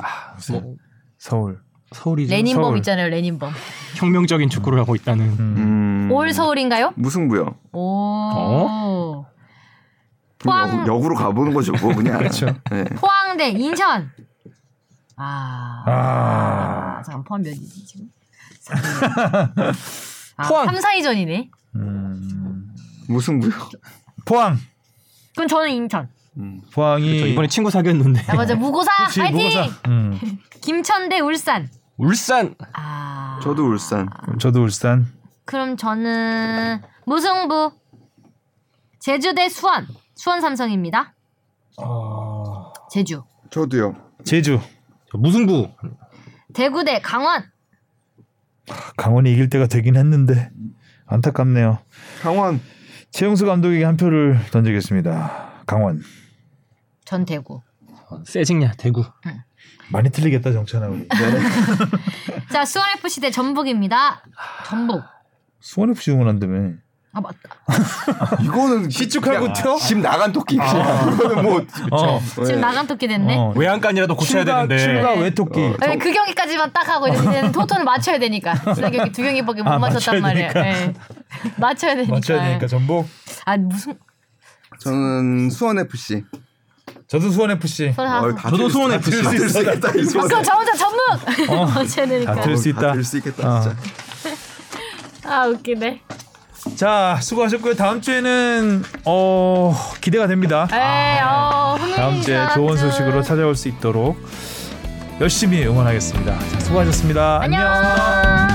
[SPEAKER 4] 뭐,
[SPEAKER 3] 서울.
[SPEAKER 4] 서울이죠.
[SPEAKER 1] 레닌범
[SPEAKER 3] 서울.
[SPEAKER 1] 있잖아요 레닌범
[SPEAKER 4] 혁명적인 축구를 하고 있다는.
[SPEAKER 2] 음.
[SPEAKER 1] 올 서울인가요?
[SPEAKER 2] 무승부요.
[SPEAKER 1] 오 포항.
[SPEAKER 2] 역, 역으로 가보는 거죠. 뭐 그냥.
[SPEAKER 3] 그렇죠.
[SPEAKER 2] 네.
[SPEAKER 1] 포항대 인천 아,
[SPEAKER 3] 아.
[SPEAKER 1] 아, 잠깐 포함 몇이지 지금 아, 3,
[SPEAKER 4] 포항.
[SPEAKER 1] 4위전이네
[SPEAKER 3] 음.
[SPEAKER 2] 무승부요.
[SPEAKER 3] 포항.
[SPEAKER 1] 그럼 저는 인천
[SPEAKER 2] 음.
[SPEAKER 3] 포항이
[SPEAKER 4] 저 그렇죠. 이번에 친구 사귀었는데.
[SPEAKER 1] 아, 맞아 무고사
[SPEAKER 3] 네. 그렇지,
[SPEAKER 1] 파이팅
[SPEAKER 3] 무고사. 음.
[SPEAKER 1] 김천 대 울산
[SPEAKER 4] 울산.
[SPEAKER 1] 아
[SPEAKER 2] 저도 울산.
[SPEAKER 3] 저도 울산.
[SPEAKER 1] 그럼 저는 무승부 제주 대 수원 수원 삼성입니다
[SPEAKER 4] 아.
[SPEAKER 1] 제주
[SPEAKER 2] 저도요.
[SPEAKER 3] 제주.
[SPEAKER 4] 저 무승부.
[SPEAKER 1] 대구 대 강원
[SPEAKER 3] 강원이 이길 때가 되긴 했는데 안타깝네요.
[SPEAKER 2] 강원.
[SPEAKER 3] 최용수 감독에게 한 표를 던지겠습니다. 강원.
[SPEAKER 1] 전 대구
[SPEAKER 4] 세징야 대구.
[SPEAKER 3] 많이 틀리겠다 정찬하고.
[SPEAKER 1] 네. 자 수원 FC 대 전북입니다 전북
[SPEAKER 3] 수원 FC 응원한다며.
[SPEAKER 1] 아 맞다
[SPEAKER 2] 이거는
[SPEAKER 3] 시축하고
[SPEAKER 2] 그냥
[SPEAKER 3] 튀어?
[SPEAKER 2] 집 나간 토끼. 이거는 뭐
[SPEAKER 3] 어.
[SPEAKER 1] 지금
[SPEAKER 2] 네.
[SPEAKER 1] 나간 토끼 됐네
[SPEAKER 3] 어.
[SPEAKER 4] 외양간이라도 고쳐야
[SPEAKER 3] 출가,
[SPEAKER 4] 되는데.
[SPEAKER 3] 출가 외토끼.
[SPEAKER 2] 어.
[SPEAKER 1] 아니, 그 경기까지만 딱 하고 이제는 토토는 맞춰야 되니까 지난 경기 두 경기밖에 못
[SPEAKER 3] 아,
[SPEAKER 1] 맞췄단
[SPEAKER 3] 맞춰야
[SPEAKER 1] 말이에요 예. 맞춰야 되니까
[SPEAKER 3] 맞춰야 되니까 전복.
[SPEAKER 1] 아 무슨
[SPEAKER 2] 저는 수원 FC.
[SPEAKER 3] 저도 수원 FC.
[SPEAKER 1] 소리 하나
[SPEAKER 2] 어,
[SPEAKER 1] 더.
[SPEAKER 2] 다
[SPEAKER 4] 아. 저도
[SPEAKER 2] 틀-
[SPEAKER 4] 수원
[SPEAKER 2] 다
[SPEAKER 4] FC.
[SPEAKER 2] 틀수 있겠다. 이 수원.
[SPEAKER 1] 그럼 저 혼자 전북
[SPEAKER 3] 어.
[SPEAKER 1] 맞춰야 되니까
[SPEAKER 3] 다 틀- 수 있다.
[SPEAKER 2] 들수 있겠다. 진짜.
[SPEAKER 1] 아 웃기네
[SPEAKER 3] 자 수고하셨고요. 다음 주에는 어 기대가 됩니다.
[SPEAKER 1] 에이, 어, 흥미
[SPEAKER 3] 다음 주에 좋은
[SPEAKER 1] 사람들.
[SPEAKER 3] 소식으로 찾아올 수 있도록 열심히 응원하겠습니다. 자, 수고하셨습니다.
[SPEAKER 1] 안녕.